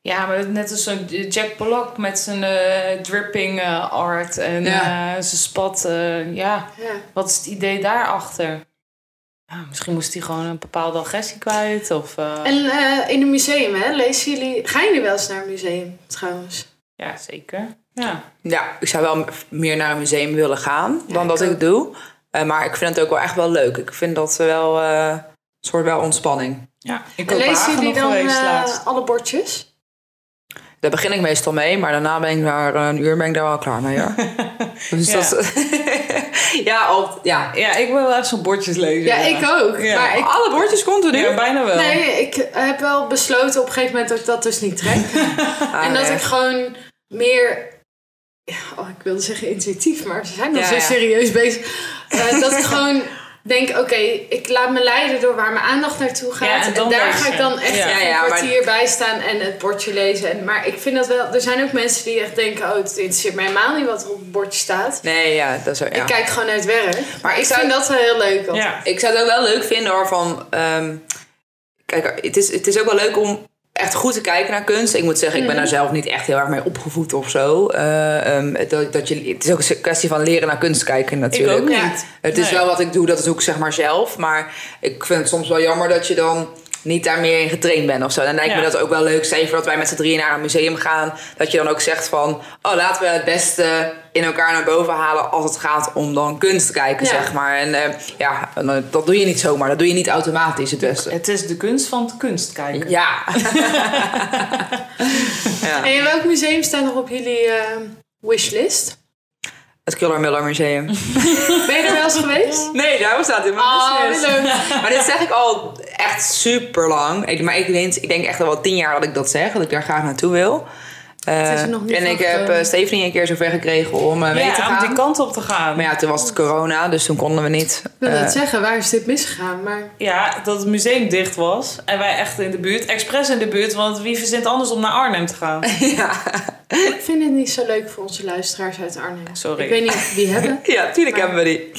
Speaker 4: ja, maar net als zo'n eh, Jack Pollock met zijn eh, dripping eh, art en
Speaker 3: Ja.
Speaker 4: eh, zijn spat. eh, ja.
Speaker 2: Ja.
Speaker 4: Wat is het idee daarachter? Ja, misschien moest hij gewoon een bepaalde agressie kwijt. Of, eh,
Speaker 2: En eh, in een museum, hè, lezen jullie... Gaan jullie wel eens naar een museum trouwens?
Speaker 4: Ja, zeker. Ja.
Speaker 3: Ja, ik zou wel m- meer naar een museum willen gaan
Speaker 2: Ja,
Speaker 3: dan
Speaker 2: ik
Speaker 3: dat ik
Speaker 2: ook.
Speaker 3: doe. Eh, maar ik vind het ook wel echt wel leuk. Ik vind dat wel eh, een soort wel ontspanning.
Speaker 4: ja. Ik
Speaker 2: En lezen jullie dan
Speaker 4: geweest
Speaker 2: eh,
Speaker 4: laatst.
Speaker 2: alle bordjes?
Speaker 3: Daar begin ik meestal mee, maar daarna ben ik daar eh, een uur ben ik daar wel klaar mee hoor. dus
Speaker 4: Ja.
Speaker 3: dat ja, al, ja.
Speaker 4: Ja, ik ben wel echt zo'n bordjes lezen.
Speaker 2: Ja, ik ook.
Speaker 4: Ja.
Speaker 2: Maar ik,
Speaker 3: Alle bordjes continu.
Speaker 4: Ja, bijna wel.
Speaker 2: nee, ik heb wel besloten op een gegeven moment dat ik dat dus niet trek.
Speaker 3: Ah,
Speaker 2: En dat
Speaker 3: nee.
Speaker 2: ik gewoon meer. Ja, oh, ik wilde zeggen intuïtief, maar ze zijn nog
Speaker 3: Ja,
Speaker 2: zo
Speaker 3: ja.
Speaker 2: serieus bezig. Eh, dat ik gewoon denk: oké, ik laat me leiden door waar mijn aandacht naartoe gaat.
Speaker 4: Ja, en
Speaker 2: en,
Speaker 4: dan
Speaker 2: daar
Speaker 4: lezen.
Speaker 2: ga ik dan echt
Speaker 4: Ja.
Speaker 3: Ja, ja,
Speaker 2: een
Speaker 3: maar-
Speaker 2: kwartier bij staan en het bordje lezen. En, maar ik vind dat wel. Er zijn ook mensen die echt denken: oh, het interesseert mij helemaal niet wat er op het bordje staat.
Speaker 3: Nee, ja, dat is ook, ja.
Speaker 2: Ik kijk gewoon naar het werk. Maar,
Speaker 3: Maar
Speaker 2: ik
Speaker 3: ik zou-
Speaker 2: vind dat wel heel leuk. altijd.
Speaker 4: Ja.
Speaker 3: Ik zou het ook wel leuk vinden hoor, van... ehm, kijk, het is, het is ook wel leuk om echt goed te kijken naar kunst. Ik moet zeggen, ik ben
Speaker 4: Mhm.
Speaker 3: daar zelf niet echt heel erg mee opgevoed of zo. Eh, ehm, dat, dat je, het is ook een kwestie van leren naar kunst kijken
Speaker 4: Ik
Speaker 3: natuurlijk.
Speaker 4: ook niet.
Speaker 2: Ja.
Speaker 3: Het is
Speaker 4: Nee.
Speaker 3: wel wat ik doe, dat doe ik zeg maar zelf. Maar ik vind het soms wel jammer dat je dan niet daar meer in getraind bent of zo. Dan lijkt
Speaker 4: Ja.
Speaker 3: me dat ook wel leuk. Stel je voor dat wij met z'n drieën naar een museum gaan. Dat je dan ook zegt van... Oh, laten we het beste in elkaar naar boven halen... als het gaat om dan kunst te kijken,
Speaker 2: Ja.
Speaker 3: zeg maar. En eh, ja, en, eh, dat doe je niet zomaar. Dat doe je niet automatisch het beste.
Speaker 4: Het is de kunst van de kunst kijken.
Speaker 3: Ja. ja.
Speaker 2: En in welk museum staat nog op jullie eh, wishlist?
Speaker 3: Het Killer Miller Museum.
Speaker 2: Ben je er wel eens geweest?
Speaker 3: Nee, daar staat in mijn
Speaker 2: Oh,
Speaker 3: business.
Speaker 2: leuk.
Speaker 3: Maar dit zeg ik al echt super lang. Ik, maar ik, weet, ik denk echt al wel tien jaar dat ik dat zeg, dat ik daar graag naartoe wil. Eh,
Speaker 2: Het is er nog niet
Speaker 3: en
Speaker 2: van
Speaker 3: ik heb
Speaker 2: gekomen.
Speaker 3: eh, Stephanie een keer zover gekregen om eh, mee te
Speaker 4: Ja, om
Speaker 3: gaan.
Speaker 4: die kant op te gaan.
Speaker 3: Maar ja, toen was het corona, dus toen konden we niet.
Speaker 2: Ik wil
Speaker 3: Eh,
Speaker 2: net zeggen, waar is dit misgegaan? Maar
Speaker 4: Ja, dat het museum dicht was. En wij echt in de buurt, expres in de buurt, want wie verzint anders om naar Arnhem te gaan?
Speaker 3: ja.
Speaker 2: ik vind het niet zo leuk voor onze luisteraars uit Arnhem.
Speaker 4: Sorry.
Speaker 2: Ik weet niet of we die hebben.
Speaker 3: ja, tuurlijk hebben we die.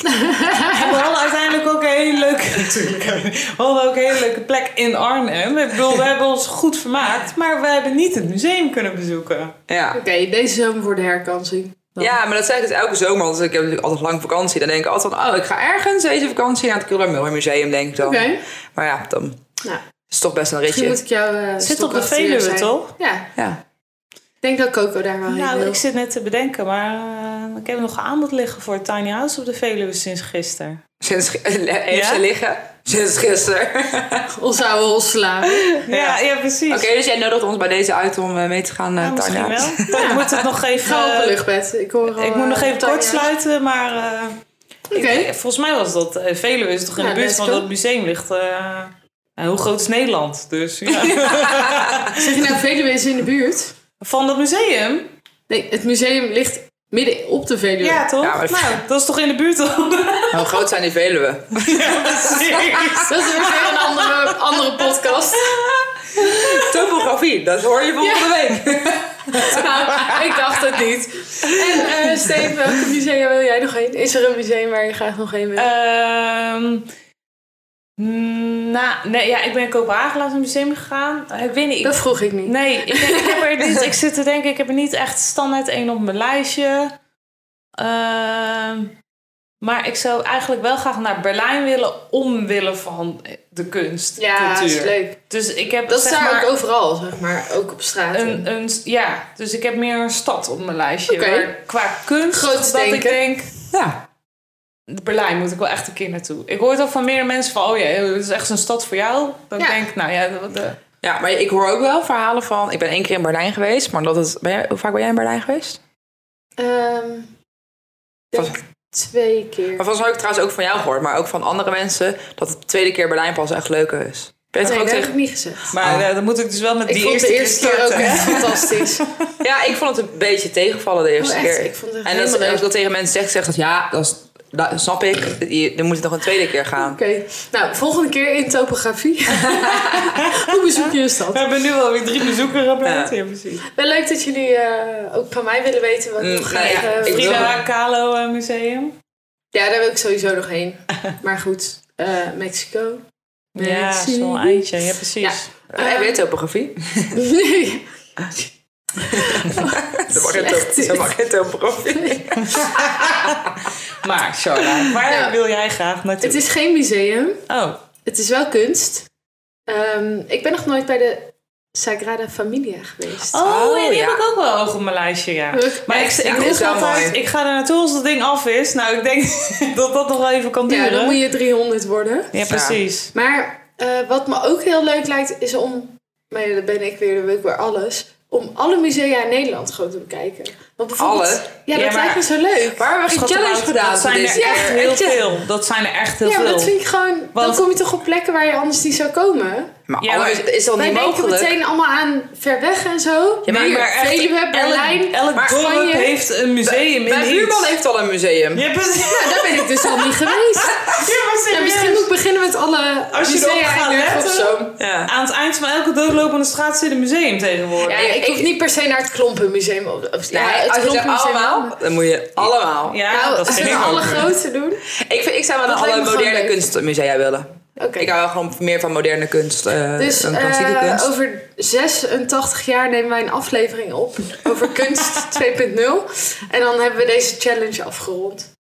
Speaker 4: En we hadden uiteindelijk ook een hele leuke... Natuurlijk, we hadden ook een hele leuke plek in Arnhem. Ik bedoel, we hebben ons goed vermaakt, maar we hebben niet het museum kunnen bezoeken.
Speaker 3: Ja.
Speaker 2: Oké, deze zomer voor de herkansing.
Speaker 4: Oh.
Speaker 2: Dan.
Speaker 3: ja, maar dat zeg ik dus elke zomer, want ik heb natuurlijk altijd lang vakantie. Dan denk ik altijd van, oh, ik ga ergens deze vakantie naar het Killer Miller Museum, denk ik dan.
Speaker 2: Oké.
Speaker 3: Maar ja, dan
Speaker 2: Nou,
Speaker 3: is het toch best een
Speaker 2: misschien moet
Speaker 3: ritje.
Speaker 2: ik jou. eh,
Speaker 4: Zit op de
Speaker 2: stokachtiger
Speaker 4: Veluwe,
Speaker 2: zijn.
Speaker 4: toch?
Speaker 2: Ja,
Speaker 3: Ja.
Speaker 2: ik denk dat Coco daar
Speaker 3: Ah,
Speaker 2: wel heen
Speaker 4: Nou,
Speaker 2: wil.
Speaker 4: ik zit net te bedenken, maar eh, ik heb nog een aanbod liggen voor Tiny House op de Veluwe sinds gisteren.
Speaker 3: Sinds, eh, heeft
Speaker 4: Ja?
Speaker 3: ze liggen? Sinds gisteren.
Speaker 2: Onze oude Hosselaar.
Speaker 4: Ja, ja, precies.
Speaker 3: Oké, dus jij nodigt ons bij deze uit om eh, mee te gaan, eh
Speaker 4: Nou, misschien
Speaker 3: Tanja.
Speaker 4: wel. Ik moet het nog even... eh,
Speaker 2: Ga op luchtbed. Ik, hoor al,
Speaker 4: Ik moet nog
Speaker 2: eh,
Speaker 4: even
Speaker 2: Tanja.
Speaker 4: kort sluiten, maar eh,
Speaker 2: Oké.
Speaker 4: ik- volgens mij was dat eh, Veluwe is toch in
Speaker 2: Ja,
Speaker 4: de buurt
Speaker 2: let's
Speaker 4: van
Speaker 2: go.
Speaker 4: dat museum ligt. eh, en hoe groot is Nederland? Dus ja.
Speaker 2: Zeg je nou, Veluwe is in de buurt?
Speaker 4: van dat museum?
Speaker 2: Nee, het museum ligt Midden op de Veluwe.
Speaker 4: Ja, toch?
Speaker 3: Ja, maar-
Speaker 4: Nou, dat is toch in de buurt al?
Speaker 3: Hoe groot zijn die Veluwe?
Speaker 2: Dus Dat is weer een andere, andere podcast.
Speaker 3: Topografie, dat hoor je volgende week.
Speaker 2: Nou, ik dacht het niet. En eh Steve, welk museum wil jij nog heen? Is er een museum waar je graag nog heen wil?
Speaker 4: Eh, Ehm, mm, nou, nee, ja, ik ben in Kopenhagen laatst naar het museum gegaan. Eh, Ik weet niet. ik-
Speaker 2: dat vroeg ik niet.
Speaker 4: nee, ik, denk, ik, heb er niet, ik zit te denken, ik heb er niet echt standaard één op mijn lijstje. Ehm, maar ik zou eigenlijk wel graag naar Berlijn willen, omwille van de kunst.
Speaker 2: Ja,
Speaker 4: cultuur.
Speaker 2: is leuk.
Speaker 4: Dus ik heb
Speaker 2: Dat is
Speaker 4: zeg
Speaker 2: daar
Speaker 4: maar,
Speaker 2: ook overal, zeg maar. Ook op straat.
Speaker 4: een, een, ja, dus ik heb meer een stad op mijn lijstje.
Speaker 2: Oké.
Speaker 4: waar qua kunst,
Speaker 2: Groots
Speaker 4: dat ik
Speaker 2: denken.
Speaker 4: denk,
Speaker 3: Ja.
Speaker 4: Berlijn moet ik wel echt een keer naartoe. Ik hoor het al van meerdere mensen van, oh ja, het is echt zo'n stad voor jou. Dan
Speaker 2: Ja.
Speaker 4: denk ik, nou ja, dat- dat-
Speaker 3: ja, maar ik hoor ook wel verhalen van... Ik ben één keer in Berlijn geweest, maar dat het... Ben jij, hoe vaak ben jij in Berlijn geweest?
Speaker 2: Ehm, ik denk twee keer.
Speaker 3: Maar volgens mij heb ik trouwens ook van jou gehoord, maar ook van andere mensen... dat het de tweede keer Berlijn pas echt leuker is. Ben je
Speaker 2: Nee,
Speaker 3: het ook
Speaker 2: dat heb
Speaker 3: tegen...
Speaker 2: ik niet gezegd.
Speaker 4: maar eh, dan moet ik dus wel met
Speaker 2: Ik
Speaker 4: die
Speaker 2: vond
Speaker 4: eerste,
Speaker 2: de eerste keer ook
Speaker 4: starten.
Speaker 2: echt fantastisch.
Speaker 3: Ja, ik vond het een beetje tegenvallen de eerste
Speaker 2: Oh, echt?
Speaker 3: keer.
Speaker 2: Ik vond het
Speaker 3: en dat,
Speaker 2: helemaal
Speaker 3: als ik dat tegen mensen zeg, zeg dat ja, dat, is- dat snap ik. Je, dan moet het nog een tweede keer gaan.
Speaker 2: Oké, nou, volgende keer in topografie. Hoe bezoek je een stad?
Speaker 4: We hebben nu alweer drie bezoekers op
Speaker 3: Ja.
Speaker 4: Ja, precies.
Speaker 2: Wel leuk dat jullie eh, ook van mij willen weten wat ik
Speaker 3: Mm,
Speaker 2: nog
Speaker 3: nou
Speaker 2: graag...
Speaker 3: ja,
Speaker 2: eh,
Speaker 3: ik wil-
Speaker 4: Frida Kahlo eh, Museum.
Speaker 2: Ja, daar wil ik sowieso nog heen. Maar goed, eh, Mexico.
Speaker 4: Ja,
Speaker 2: Mexico.
Speaker 4: zo'n eindje. Ja, precies.
Speaker 3: Hij weet
Speaker 2: Ah.
Speaker 3: topografie?
Speaker 2: Nee.
Speaker 3: Ze mag geen top-
Speaker 2: Slecht
Speaker 3: ze
Speaker 2: is.
Speaker 3: mag geen topografie.
Speaker 4: Maar, Charla, waar
Speaker 2: Ja.
Speaker 4: wil jij graag naartoe?
Speaker 2: Het is geen museum.
Speaker 4: Oh,
Speaker 2: Het is wel kunst. Ehm, ik ben nog nooit bij de Sagrada Familia geweest.
Speaker 4: oh, ja, die
Speaker 3: ja.
Speaker 4: heb ik ook wel hoog op mijn lijstje, ja.
Speaker 2: Leuk.
Speaker 4: Maar ik,
Speaker 3: Echt, ja,
Speaker 4: ik
Speaker 3: dat is wel
Speaker 4: roep altijd,
Speaker 3: mooi.
Speaker 4: ik ga er naartoe als dat ding af is. Nou, ik denk dat dat nog wel even kan duren.
Speaker 2: ja, dan moet je 300 worden.
Speaker 4: Ja, precies.
Speaker 2: Maar eh, wat me ook heel leuk lijkt, is om... Maar ja, dan ben ik weer, dan wil ik weer alles. Om alle musea in Nederland gewoon te bekijken. Want bijvoorbeeld,
Speaker 3: Alle?
Speaker 2: Ja, dat
Speaker 4: Ja, maar-
Speaker 2: lijkt me zo leuk.
Speaker 3: Waar hebben we geen
Speaker 4: Schat,
Speaker 3: challenge
Speaker 4: dat-
Speaker 3: gedaan?
Speaker 4: Dat zijn
Speaker 3: voor
Speaker 4: er
Speaker 3: deze?
Speaker 2: Ja,
Speaker 4: echt heel
Speaker 2: echt, ja.
Speaker 4: veel. Dat zijn er echt heel
Speaker 2: ja, maar
Speaker 4: veel.
Speaker 2: dat vind ik gewoon... Dan
Speaker 4: Want-
Speaker 2: kom je toch op plekken waar je anders niet zou komen?
Speaker 3: Maar
Speaker 4: Ja,
Speaker 3: alles
Speaker 4: maar-
Speaker 3: is dan
Speaker 2: Wij
Speaker 3: niet
Speaker 2: denken
Speaker 3: mogelijk.
Speaker 2: meteen allemaal aan ver weg en zo.
Speaker 3: Ja, maar-
Speaker 2: Nee,
Speaker 3: maar echt,
Speaker 2: Veluwe, Berlijn.
Speaker 4: Elk, elk
Speaker 3: maar
Speaker 4: dorp
Speaker 2: Spanje-
Speaker 4: heeft een museum in
Speaker 3: Mijn
Speaker 4: iets.
Speaker 3: buurman heeft al een museum.
Speaker 4: Ja, precies.
Speaker 2: Nou, daar ben ik dus al niet geweest.
Speaker 4: Ja, maar
Speaker 2: Ja, dus-
Speaker 4: serieus.
Speaker 2: misschien moet ik beginnen met alle
Speaker 4: Als je
Speaker 2: musea
Speaker 4: erop gaat
Speaker 2: en dergelijke
Speaker 4: letten.
Speaker 2: of zo.
Speaker 3: Ja.
Speaker 4: Aan het eind van elke doodlopende straat zit een museum tegenwoordig.
Speaker 2: Ja, ik, hoef niet per se naar het Klompenmuseum. Of, of, ja,
Speaker 3: Nee,
Speaker 2: het
Speaker 3: als je zegt
Speaker 2: Klompenmuseum.
Speaker 3: allemaal, dan moet je allemaal.
Speaker 4: Ja,
Speaker 2: nou,
Speaker 4: dat
Speaker 2: als
Speaker 4: vind
Speaker 2: we
Speaker 4: ik ook.
Speaker 2: alle grote doen. Oké.
Speaker 3: Ik, vind, ik zou wel naar
Speaker 2: Dat lijkt
Speaker 3: alle
Speaker 2: me gewoon
Speaker 3: moderne
Speaker 2: leuk.
Speaker 3: kunstmusea willen. Ik hou gewoon meer van moderne kunst eh,
Speaker 2: Dus
Speaker 3: dan klassieke
Speaker 2: eh,
Speaker 3: kunst.
Speaker 2: over 86 jaar nemen wij een aflevering op over kunst 2.0. En dan hebben we deze challenge afgerond.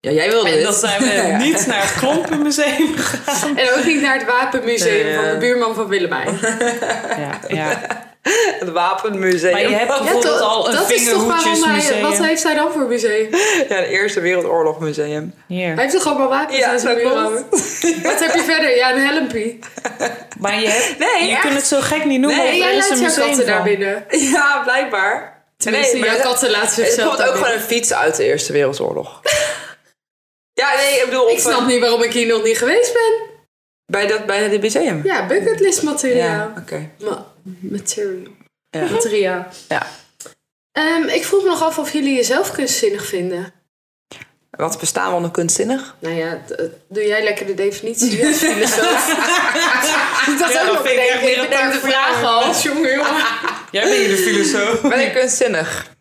Speaker 3: Ja, jij wilde
Speaker 4: En
Speaker 3: dit.
Speaker 4: dan zijn we
Speaker 3: Ja.
Speaker 4: niet naar het Klompenmuseum gegaan.
Speaker 2: En ook niet naar het Wapenmuseum
Speaker 3: Nee,
Speaker 2: van
Speaker 3: ja.
Speaker 2: de buurman van Willemijn.
Speaker 4: Ja, ja.
Speaker 3: Het wapenmuseum.
Speaker 4: Maar je hebt bijvoorbeeld
Speaker 2: to-
Speaker 4: al een
Speaker 2: dat is toch waarom hij...
Speaker 4: vingerhoedjesmuseum.
Speaker 2: Wat heeft hij dan voor museum?
Speaker 3: Ja, de Eerste Wereldoorlog museum.
Speaker 4: Hier.
Speaker 2: Hij heeft toch allemaal wapens
Speaker 3: Ja,
Speaker 2: aan zijn
Speaker 3: dat
Speaker 2: muur
Speaker 3: klopt.
Speaker 2: hangen? Wat heb je verder? Ja, een helmpie.
Speaker 4: Maar je, hebt,
Speaker 3: Nee,
Speaker 4: je
Speaker 3: echt.
Speaker 4: kunt het zo gek niet noemen.
Speaker 3: Nee,
Speaker 4: want
Speaker 2: En
Speaker 4: er
Speaker 2: jij
Speaker 4: is een
Speaker 2: laat jouw
Speaker 4: museum
Speaker 2: katten daar
Speaker 4: van.
Speaker 2: binnen.
Speaker 3: Ja, blijkbaar.
Speaker 2: Tenminste,
Speaker 3: maar
Speaker 2: jouw
Speaker 3: dat-
Speaker 2: katten laten
Speaker 3: Er
Speaker 2: zichzelf
Speaker 3: komt ook
Speaker 2: daar
Speaker 3: gewoon een fiets uit de Eerste Wereldoorlog. ja, nee, ik bedoel,
Speaker 2: Ik
Speaker 3: of, eh,
Speaker 2: snap niet waarom ik hier nog niet geweest ben.
Speaker 3: bij dat bij het museum.
Speaker 2: Ja, bucketlist materiaal.
Speaker 3: oké.
Speaker 2: Ma- material.
Speaker 3: Ja.
Speaker 2: Materiaal.
Speaker 3: Ja.
Speaker 2: Ehm, ik vroeg me nog af of jullie jezelf kunstzinnig vinden.
Speaker 3: Wat bestaan we onder kunstzinnig?
Speaker 2: Nou ja, d- doe jij lekker de definitie als filosoof. Moet dat
Speaker 4: Ja,
Speaker 2: ook
Speaker 4: dat
Speaker 2: nog
Speaker 4: vind ik echt
Speaker 2: bedenken?
Speaker 4: weer
Speaker 2: Ik bedenk
Speaker 4: apart
Speaker 2: de
Speaker 4: voor
Speaker 2: vraag
Speaker 4: jou.
Speaker 2: al. Jongen, jongen.
Speaker 4: Jij bent hier de filosoof.
Speaker 3: Ben ik kunstzinnig?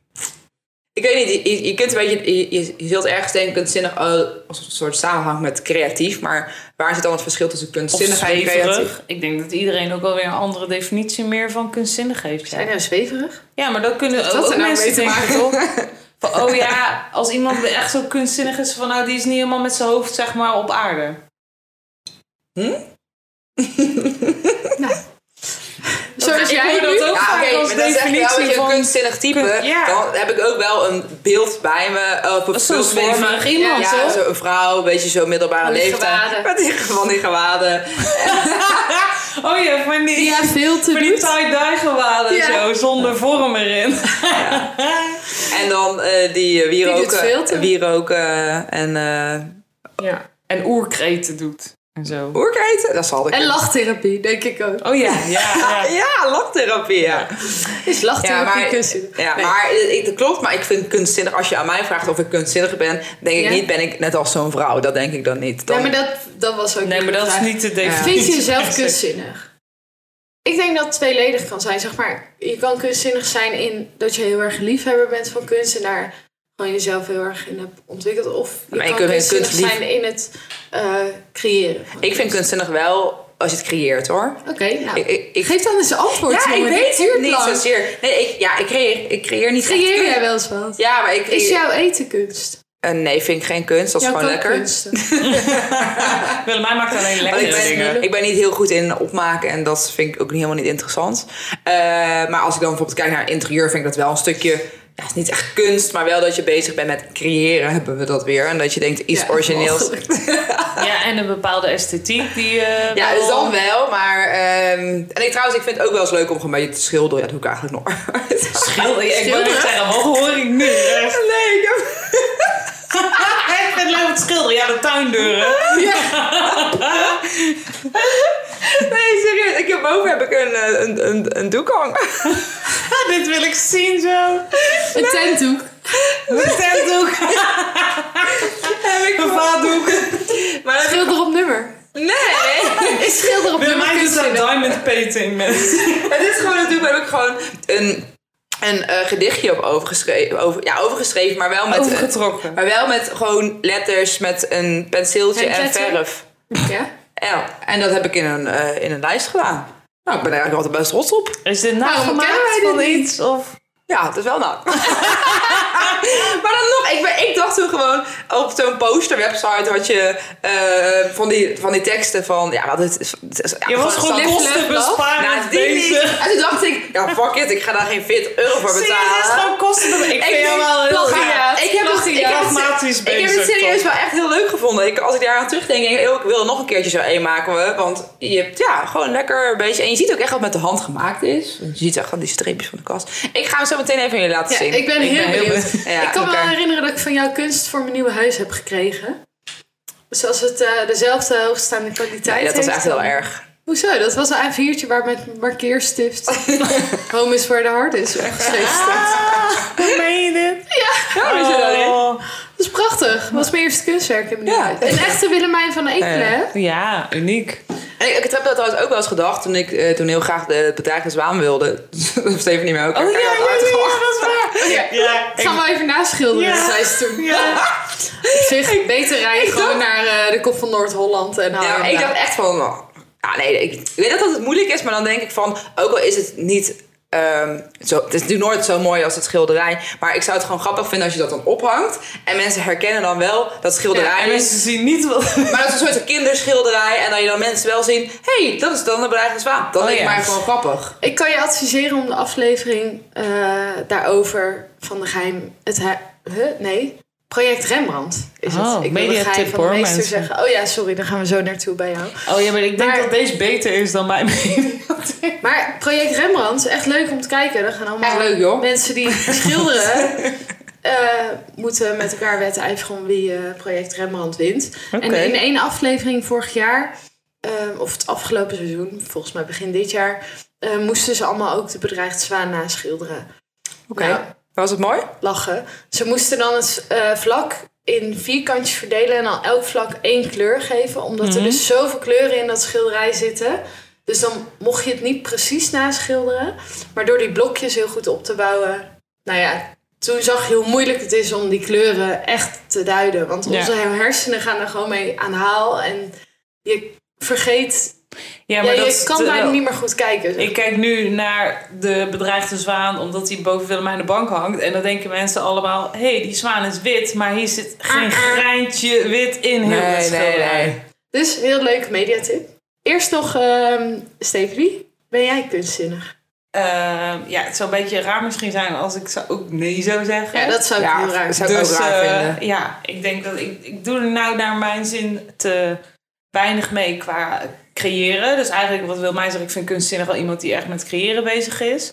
Speaker 3: Ik weet niet, je, je kunt een beetje, je, je, je zult ergens denken kunstzinnig oh, als een soort samenhang met creatief, maar waar zit dan het verschil tussen kunstzinnig en creatief?
Speaker 4: Zinnig Ik denk dat iedereen ook wel weer een andere definitie meer van kunstzinnig heeft.
Speaker 2: Zijn
Speaker 4: Ja,
Speaker 2: nou zweverig?
Speaker 4: ja maar dat kunnen ook,
Speaker 2: er
Speaker 4: ook
Speaker 2: nou
Speaker 4: mensen
Speaker 2: mee te
Speaker 4: denken, toch? Van, oh ja, als iemand echt zo kunstzinnig is, van nou, die is niet helemaal met zijn hoofd, zeg maar, op aarde.
Speaker 2: Zoals
Speaker 4: ik
Speaker 2: jij
Speaker 4: hoor
Speaker 2: nu?
Speaker 4: dat ook
Speaker 3: Ja,
Speaker 4: vaak
Speaker 3: oké,
Speaker 4: als
Speaker 3: maar dan zeg je wel dat
Speaker 4: definitie
Speaker 3: je een
Speaker 4: van
Speaker 3: kunstzinnig type,
Speaker 4: kun- ja.
Speaker 3: dan heb ik ook wel een beeld bij me. eh, Of een
Speaker 4: Zo'n
Speaker 3: beeld bij me.
Speaker 4: zweverig iemand,
Speaker 3: Ja,
Speaker 4: toch?
Speaker 3: zo een vrouw, een beetje zo middelbare
Speaker 2: Van die
Speaker 3: leeftijd.
Speaker 2: gewaden.
Speaker 3: Met die, van die gewaden.
Speaker 4: Oh ja, van die,
Speaker 2: Ja, veel te
Speaker 4: van die
Speaker 2: doen.
Speaker 4: tie-dye gewaden
Speaker 2: Ja.
Speaker 4: zo, zonder vorm erin.
Speaker 3: En dan eh, die eh,
Speaker 2: doet
Speaker 3: wieroken.
Speaker 2: filter.
Speaker 3: wieroken en eh,
Speaker 4: Ja. En oerkreten doet. en zo.
Speaker 3: Oerketen? Dat zal ik.
Speaker 2: En lachtherapie, denk ik ook.
Speaker 4: Oh ja, ja, ja.
Speaker 3: Ja, lachtherapie, ja.
Speaker 2: Is lachtherapie
Speaker 3: maar,
Speaker 2: kunstzinnig?
Speaker 3: ja,
Speaker 2: Nee.
Speaker 3: maar eh, ik, dat klopt. Maar ik vind kunstzinnig, als je aan mij vraagt of ik kunstzinnig ben, denk ik
Speaker 2: Ja.
Speaker 3: niet, ben ik net als zo'n vrouw. Dat denk ik dan niet. Dan,
Speaker 2: Ja, maar dat, dat was ook
Speaker 4: Nee, maar
Speaker 2: mijn
Speaker 4: dat is
Speaker 2: vraag.
Speaker 4: niet de definitie.
Speaker 2: Vind je jezelf kunstzinnig? Ik denk dat het tweeledig kan zijn. Zeg maar, je kan kunstzinnig zijn in dat je heel erg liefhebber bent van kunst en daar gewoon jezelf heel erg in hebt ontwikkeld. Of je
Speaker 3: Maar je
Speaker 2: kan
Speaker 3: kunt geen
Speaker 2: kunstzinnig
Speaker 3: kunstlief-
Speaker 2: zijn in het eh, creëren. van
Speaker 3: ik vind
Speaker 2: kunst.
Speaker 3: kunstzinnig wel als je het creëert hoor.
Speaker 2: Oké, nou.
Speaker 3: Ik- ik- ik-
Speaker 2: Geef dan eens een antwoord.
Speaker 3: ja, ik
Speaker 2: jongen. Dit
Speaker 3: weet
Speaker 2: duurt
Speaker 3: het niet
Speaker 2: lang.
Speaker 3: zozeer. Nee, ik, ja, ik creëer, ik creëer niet echt
Speaker 2: Creëer
Speaker 3: kunst.
Speaker 2: jij wel eens wat?
Speaker 3: Ja, maar ik creëer...
Speaker 2: Is jouw eten kunst?
Speaker 3: Eh, nee, vind ik geen kunst. Dat is
Speaker 2: Jouw
Speaker 3: gewoon lekker.
Speaker 2: kookkunsten?
Speaker 4: Willemijn maakt alleen
Speaker 3: Want ik,
Speaker 4: lekkere dingen.
Speaker 3: ben, ik ben niet heel goed in opmaken en dat vind ik ook niet helemaal niet interessant. Eh, maar als ik dan bijvoorbeeld kijk naar interieur, vind ik dat wel een stukje. Ja, het is niet echt kunst, maar wel dat je bezig bent met creëren, hebben we dat weer. En dat je denkt iets
Speaker 2: Ja,
Speaker 3: origineels.
Speaker 2: mogelijk.
Speaker 4: Ja, en een bepaalde esthetiek die... eh,
Speaker 3: Ja,
Speaker 4: wel-
Speaker 3: dus dan wel, maar. ehm, en ik trouwens, ik vind het ook wel eens leuk om gewoon een beetje te schilderen. Ja, dat doe ik eigenlijk nog.
Speaker 4: Schilder, ik wil
Speaker 2: Schilderen?
Speaker 4: niet zeggen, wat hoor ik nu? Echt.
Speaker 3: Nee, ik heb.
Speaker 4: Ik ben leuk het schilderen. Ja, de tuindeuren.
Speaker 3: Nee, serieus. Ik heb boven heb ik een, eh, een, een, een doek hangen.
Speaker 4: Dit wil ik zien zo.
Speaker 2: Een tentdoek.
Speaker 4: Een tentdoek.
Speaker 3: heb ik
Speaker 4: Een vaatdoek.
Speaker 3: Maar dat...
Speaker 2: Schilder op nummer.
Speaker 3: Nee!
Speaker 2: Ik schilder op nummer
Speaker 4: Willemijn doet
Speaker 2: kunstzinnig.
Speaker 4: zo'n diamond painting met.
Speaker 3: Het is gewoon natuurlijk, daar heb ik gewoon een, een eh, gedichtje op overgeschreven, over, ja, overgeschreven, maar wel met,
Speaker 4: Overgetrokken.
Speaker 3: maar wel met gewoon letters, met een penseeltje
Speaker 2: Met
Speaker 3: en
Speaker 2: letter?
Speaker 3: verf.
Speaker 2: Ja?
Speaker 3: Ja, en dat heb ik in een, eh, in een lijst gedaan. Nou, ik ben er eigenlijk altijd best trots op.
Speaker 4: Is dit
Speaker 2: kennen wij
Speaker 4: nagemaakt
Speaker 2: dit
Speaker 4: van
Speaker 2: niet?
Speaker 4: iets? Of...
Speaker 3: Ja, dat is wel nou. maar dan nog, ik, ben- ik dacht toen gewoon op zo'n posterwebsite had je eh, van, die, van die teksten van, ja, wat het is. het is- ja,
Speaker 4: Je was gewoon
Speaker 2: Lef, lef,
Speaker 3: Nou,
Speaker 4: kostenbesparend
Speaker 3: die niet.
Speaker 4: bezig.
Speaker 3: En toen dacht ik, ja, fuck it, ik ga daar geen 40 euro voor
Speaker 4: Zie je,
Speaker 3: betalen.
Speaker 4: het is gewoon kostenbesparend. Ik vind jou wel heel
Speaker 2: plagiaat.
Speaker 4: gaaf.
Speaker 3: Ik heb het, ik heb het,
Speaker 4: Pragmatisch
Speaker 3: ik heb
Speaker 4: bezig,
Speaker 3: het serieus
Speaker 4: toch?
Speaker 3: wel echt heel leuk gevonden. Ik, als ik daar aan terugdenk, denk ik, oh, ik wil er nog een keertje zo één maken. we, Want je hebt ja, gewoon lekker een beetje. En je ziet ook echt wat met de hand gemaakt is. Je ziet echt al die streepjes van de kast. Ik ga hem zo meteen even aan jullie laten
Speaker 2: Ja,
Speaker 3: zien.
Speaker 2: ik ben heel benieuwd.
Speaker 3: Ja,
Speaker 2: ik kan me
Speaker 3: oké.
Speaker 2: wel herinneren dat ik van jouw kunst voor mijn nieuwe huis heb gekregen. Dus als het eh, dezelfde hoogstaande kwaliteit
Speaker 3: Nee, dat was
Speaker 2: heeft,
Speaker 3: echt heel
Speaker 2: dan-
Speaker 3: erg.
Speaker 2: Hoezo? Dat was een A4'tje waar met markeerstift Home is where the heart is geschreven staat.
Speaker 4: Ah, Hoe meen je dit?
Speaker 3: Ja, we zullen wel in.
Speaker 4: Oh.
Speaker 2: Dat is prachtig. Dat was mijn eerste kunstwerk in mijn nieuwe
Speaker 3: Ja.
Speaker 2: huis. Een echte Willemijn van Eekelen, hè?
Speaker 4: Ja, uniek.
Speaker 3: En ik, ik heb dat trouwens ook wel eens gedacht toen ik eh, toen heel graag de bedreigde zwaan wilde. Steven niet meer ook.
Speaker 4: Oh ja, ja, ja, ja, dat is waar.
Speaker 2: Oké.
Speaker 4: Ja,
Speaker 2: Ik ga hem wel even naschilderen,
Speaker 4: Ja.
Speaker 2: zei ze toen.
Speaker 4: ja.
Speaker 2: Op zich, beter rijden gewoon
Speaker 3: dacht-
Speaker 2: naar eh, de kop van Noord-Holland en
Speaker 3: Ja,
Speaker 2: halen.
Speaker 3: maar ik dacht echt van. oh, ja, nee, ik, ik weet dat dat het moeilijk is, maar dan denk ik van. Ook al is het niet. ehm, zo, het is natuurlijk nooit zo mooi als het schilderij. Maar ik zou het gewoon grappig vinden als je dat dan ophangt. En mensen herkennen dan wel dat schilderij.
Speaker 2: Ja,
Speaker 4: En
Speaker 3: is,
Speaker 4: mensen zien niet wat...
Speaker 3: maar dat is een soort kinderschilderij. En dat je dan mensen wel zien. Hé, hey, dat is dan de bedreigde zwaan. Dat
Speaker 4: Oh,
Speaker 3: denk ik
Speaker 4: ja.
Speaker 3: maar gewoon grappig.
Speaker 2: Ik kan je adviseren om de aflevering eh, daarover van de geheim. Het he- huh? Nee. Project Rembrandt is het.
Speaker 4: Oh,
Speaker 2: ik wil
Speaker 4: media
Speaker 2: de geheim
Speaker 4: tip,
Speaker 2: van de
Speaker 4: hoor,
Speaker 2: meester
Speaker 4: mensen.
Speaker 2: zeggen. Oh ja, sorry, dan gaan we zo naartoe bij jou.
Speaker 4: Oh ja, maar ik denk
Speaker 2: Maar-
Speaker 4: dat deze beter is dan mijn mening.
Speaker 2: Maar Project Rembrandt is echt leuk om te kijken. Dan gaan allemaal
Speaker 3: Echt leuk, joh.
Speaker 2: mensen die schilderen eh, moeten met elkaar wedijveren om wie eh, Project Rembrandt wint.
Speaker 4: Oké.
Speaker 2: En in één aflevering vorig jaar, eh, of het afgelopen seizoen, volgens mij begin dit jaar, eh, moesten ze allemaal ook de bedreigde zwaan naschilderen.
Speaker 3: Oké.
Speaker 2: Nou,
Speaker 3: Was het mooi?
Speaker 2: lachen. Ze moesten dan het eh, vlak in vierkantjes verdelen en dan elk vlak één kleur geven, omdat
Speaker 3: Mhm.
Speaker 2: er dus zoveel kleuren in dat schilderij zitten. Dus dan mocht je het niet precies naschilderen, maar door die blokjes heel goed op te bouwen. Nou ja, toen zag je hoe moeilijk het is om die kleuren echt te duiden. Want
Speaker 4: Ja.
Speaker 2: onze hersenen gaan er gewoon mee aan de haal en je vergeet,
Speaker 4: Ja,
Speaker 2: ja,
Speaker 4: dat
Speaker 2: je
Speaker 4: is
Speaker 2: kan
Speaker 4: te-
Speaker 2: bijna niet meer goed kijken. zeg
Speaker 4: Ik kijk nu naar de bedreigde zwaan, omdat die boven Willemijn de bank hangt. En dan denken mensen allemaal, hé, hey, die zwaan is wit, maar hier zit geen
Speaker 2: Ah,
Speaker 4: greintje wit in. Heel dat schilderij.
Speaker 2: Dus heel leuk mediatip. Eerst nog, ehm Stevie, ben jij kunstzinnig?
Speaker 4: Ehm, ja, het zou een beetje raar misschien zijn als ik zou ook nee zou zeggen.
Speaker 2: Ja, dat zou ik
Speaker 3: Ja,
Speaker 2: heel raar
Speaker 3: dat
Speaker 2: vinden.
Speaker 3: zou ik
Speaker 4: dus,
Speaker 3: ook raar
Speaker 4: eh,
Speaker 3: vinden.
Speaker 4: Ja, ik denk dat ik, ik doe er nou naar mijn zin te weinig mee qua creëren. Dus eigenlijk wat wil mij zeggen, ik vind kunstzinnig wel iemand die echt met creëren bezig is.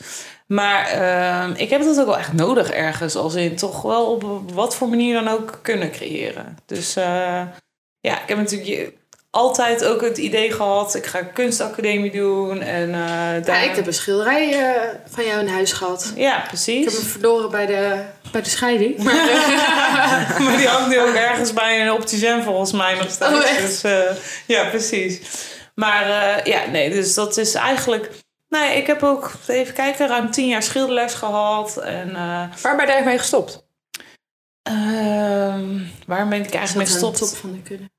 Speaker 4: Maar ehm, ik heb dat ook wel echt nodig ergens. Als in toch wel op wat voor manier dan ook kunnen creëren. Dus eh, ja, ik heb natuurlijk je- altijd ook het idee gehad, ik ga kunstacademie doen. En, eh,
Speaker 2: Ja,
Speaker 4: daar...
Speaker 2: ik heb een schilderij eh, van jou in huis gehad.
Speaker 4: ja,
Speaker 2: Ik
Speaker 4: precies.
Speaker 2: heb hem verloren bij de, bij de scheiding. Maar,
Speaker 4: maar die hangt nu ook ergens bij een opticien volgens mij nog steeds.
Speaker 2: Oh, echt?
Speaker 4: Dus, eh, ja, precies. Maar eh, ja, nee, dus dat is eigenlijk... Nee, ik heb ook, even kijken, ruim tien jaar schilderles gehad. En eh,
Speaker 3: Waar ben je eigenlijk mee gestopt?
Speaker 4: ehm, waar ben ik eigenlijk mee
Speaker 2: Tot
Speaker 4: gestopt?
Speaker 2: top van de kudde.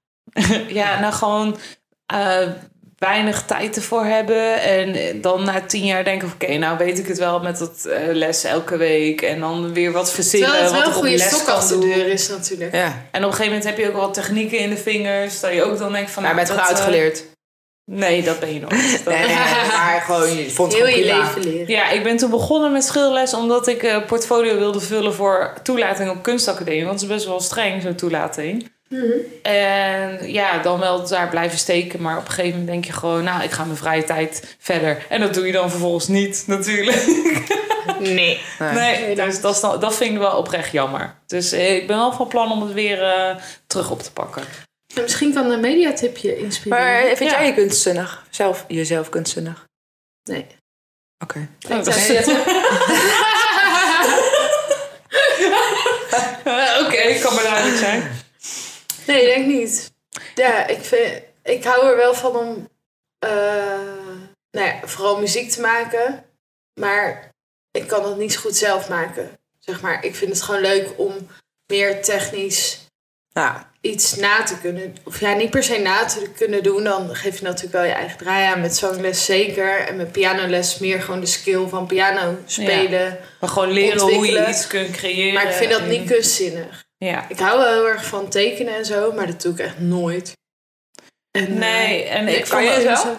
Speaker 4: Ja, nou gewoon eh, weinig tijd ervoor hebben. En dan na tien jaar denken van... Oké, nou weet ik het wel met dat eh, les elke week. En dan weer wat verzinnen.
Speaker 2: Terwijl het wel
Speaker 4: eh, wat
Speaker 2: een
Speaker 4: ik op
Speaker 2: goede
Speaker 4: les
Speaker 2: stok
Speaker 4: kan
Speaker 2: achter de
Speaker 4: doen.
Speaker 2: deur is natuurlijk.
Speaker 3: Ja,
Speaker 4: En op een gegeven moment heb je ook wel technieken in de vingers. Dat je ook dan denkt van...
Speaker 3: maar je bent
Speaker 4: dat,
Speaker 3: gewoon
Speaker 4: eh,
Speaker 3: uitgeleerd.
Speaker 4: nee, dat ben je nooit. Dat-
Speaker 3: Nee, nee, nee, maar gewoon, je vond het
Speaker 2: Heel
Speaker 3: gewoon
Speaker 2: je
Speaker 3: prima.
Speaker 2: leven leren.
Speaker 4: Ja, ik ben toen begonnen met schilderles omdat ik eh portfolio wilde vullen voor toelating op kunstacademie. Want het is best wel streng, zo'n toelating. En ja, dan wel daar blijven steken. Maar op een gegeven moment denk je gewoon, nou, ik ga mijn vrije tijd verder. En dat doe je dan vervolgens niet, natuurlijk.
Speaker 2: Nee.
Speaker 4: Nee, dus dat, is dan- dat vind ik wel oprecht jammer. Dus eh, ik ben wel van plan om het weer eh, terug op te pakken.
Speaker 2: Ja, misschien kan een mediatip je inspireren.
Speaker 3: Maar eh, vind
Speaker 4: Ja.
Speaker 3: jij je kunstzinnig? Zelf, jezelf kunstzinnig?
Speaker 2: Nee.
Speaker 3: Oké.
Speaker 4: Oh, dat is- Eh, Oké, ik kan maar duidelijk zijn.
Speaker 2: Nee, ik denk niet. Ja, ik, vind, ik hou er wel van om eh, nou ja, vooral muziek te maken. Maar ik kan dat niet zo goed zelf maken. Zeg maar, ik vind het gewoon leuk om meer technisch
Speaker 3: Nou,
Speaker 2: iets na te kunnen. Of ja, niet per se na te kunnen doen. Dan geef je natuurlijk wel je eigen draai aan. Met zangles zeker. En met pianoles meer gewoon de skill van piano spelen.
Speaker 4: Maar gewoon leren hoe je
Speaker 2: Ontwikkelen.
Speaker 4: iets kunt creëren.
Speaker 2: Maar ik vind dat
Speaker 4: en-
Speaker 2: niet kunstzinnig.
Speaker 4: Ja.
Speaker 2: Ik hou wel heel erg van tekenen en zo, maar dat doe ik echt nooit. En,
Speaker 4: Nee,
Speaker 2: eh,
Speaker 4: en
Speaker 2: nee,
Speaker 4: ik
Speaker 2: kan
Speaker 4: vond
Speaker 2: je
Speaker 4: het
Speaker 2: het
Speaker 4: wel?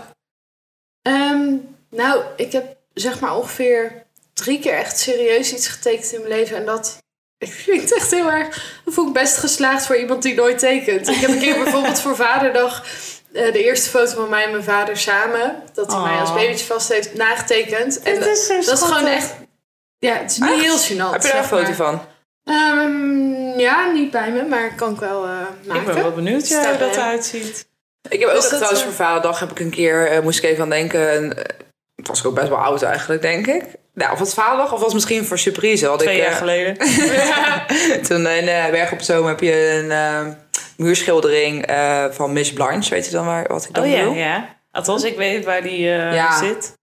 Speaker 2: Ehm, nou, ik heb zeg maar ongeveer drie keer echt serieus iets getekend in mijn leven. En dat ik vind het echt heel erg. Dat voel ik best geslaagd voor iemand die nooit tekent. Ik heb een keer bijvoorbeeld voor Vaderdag eh, de eerste foto van mij en mijn vader samen. Dat hij mij als
Speaker 4: Oh.
Speaker 2: babytje vast heeft nagetekend. En dat,
Speaker 4: is zo
Speaker 2: dat is gewoon
Speaker 4: schattig.
Speaker 2: echt. Ja, het is niet
Speaker 3: Echt?
Speaker 2: heel gênant.
Speaker 3: heb je daar een
Speaker 2: zeg maar.
Speaker 3: foto van?
Speaker 2: Ehm, ja, niet bij me, maar kan ik wel eh, maken.
Speaker 4: Ik ben wel benieuwd ja, hoe
Speaker 2: Staat
Speaker 4: dat
Speaker 2: bij.
Speaker 4: eruit ziet.
Speaker 3: Ik heb ook
Speaker 2: Is
Speaker 3: dat
Speaker 2: dat,
Speaker 3: trouwens
Speaker 2: eh,
Speaker 3: voor Vaderdag heb ik een keer, eh, moest ik even aan denken. En, eh, het was ik ook best wel oud eigenlijk, denk ik. Nou, of was het Vaderdag of was het misschien voor surprise? Had
Speaker 4: Twee
Speaker 3: ik, eh,
Speaker 4: jaar geleden.
Speaker 3: Toen in eh, Berg op Zoom heb je een eh, muurschildering eh, van Miss Blanche. Weet je dan waar, wat ik dan
Speaker 4: Oh ja,
Speaker 3: bedoel?
Speaker 4: ja. Althans, ik weet waar die eh,
Speaker 3: Ja.
Speaker 4: zit.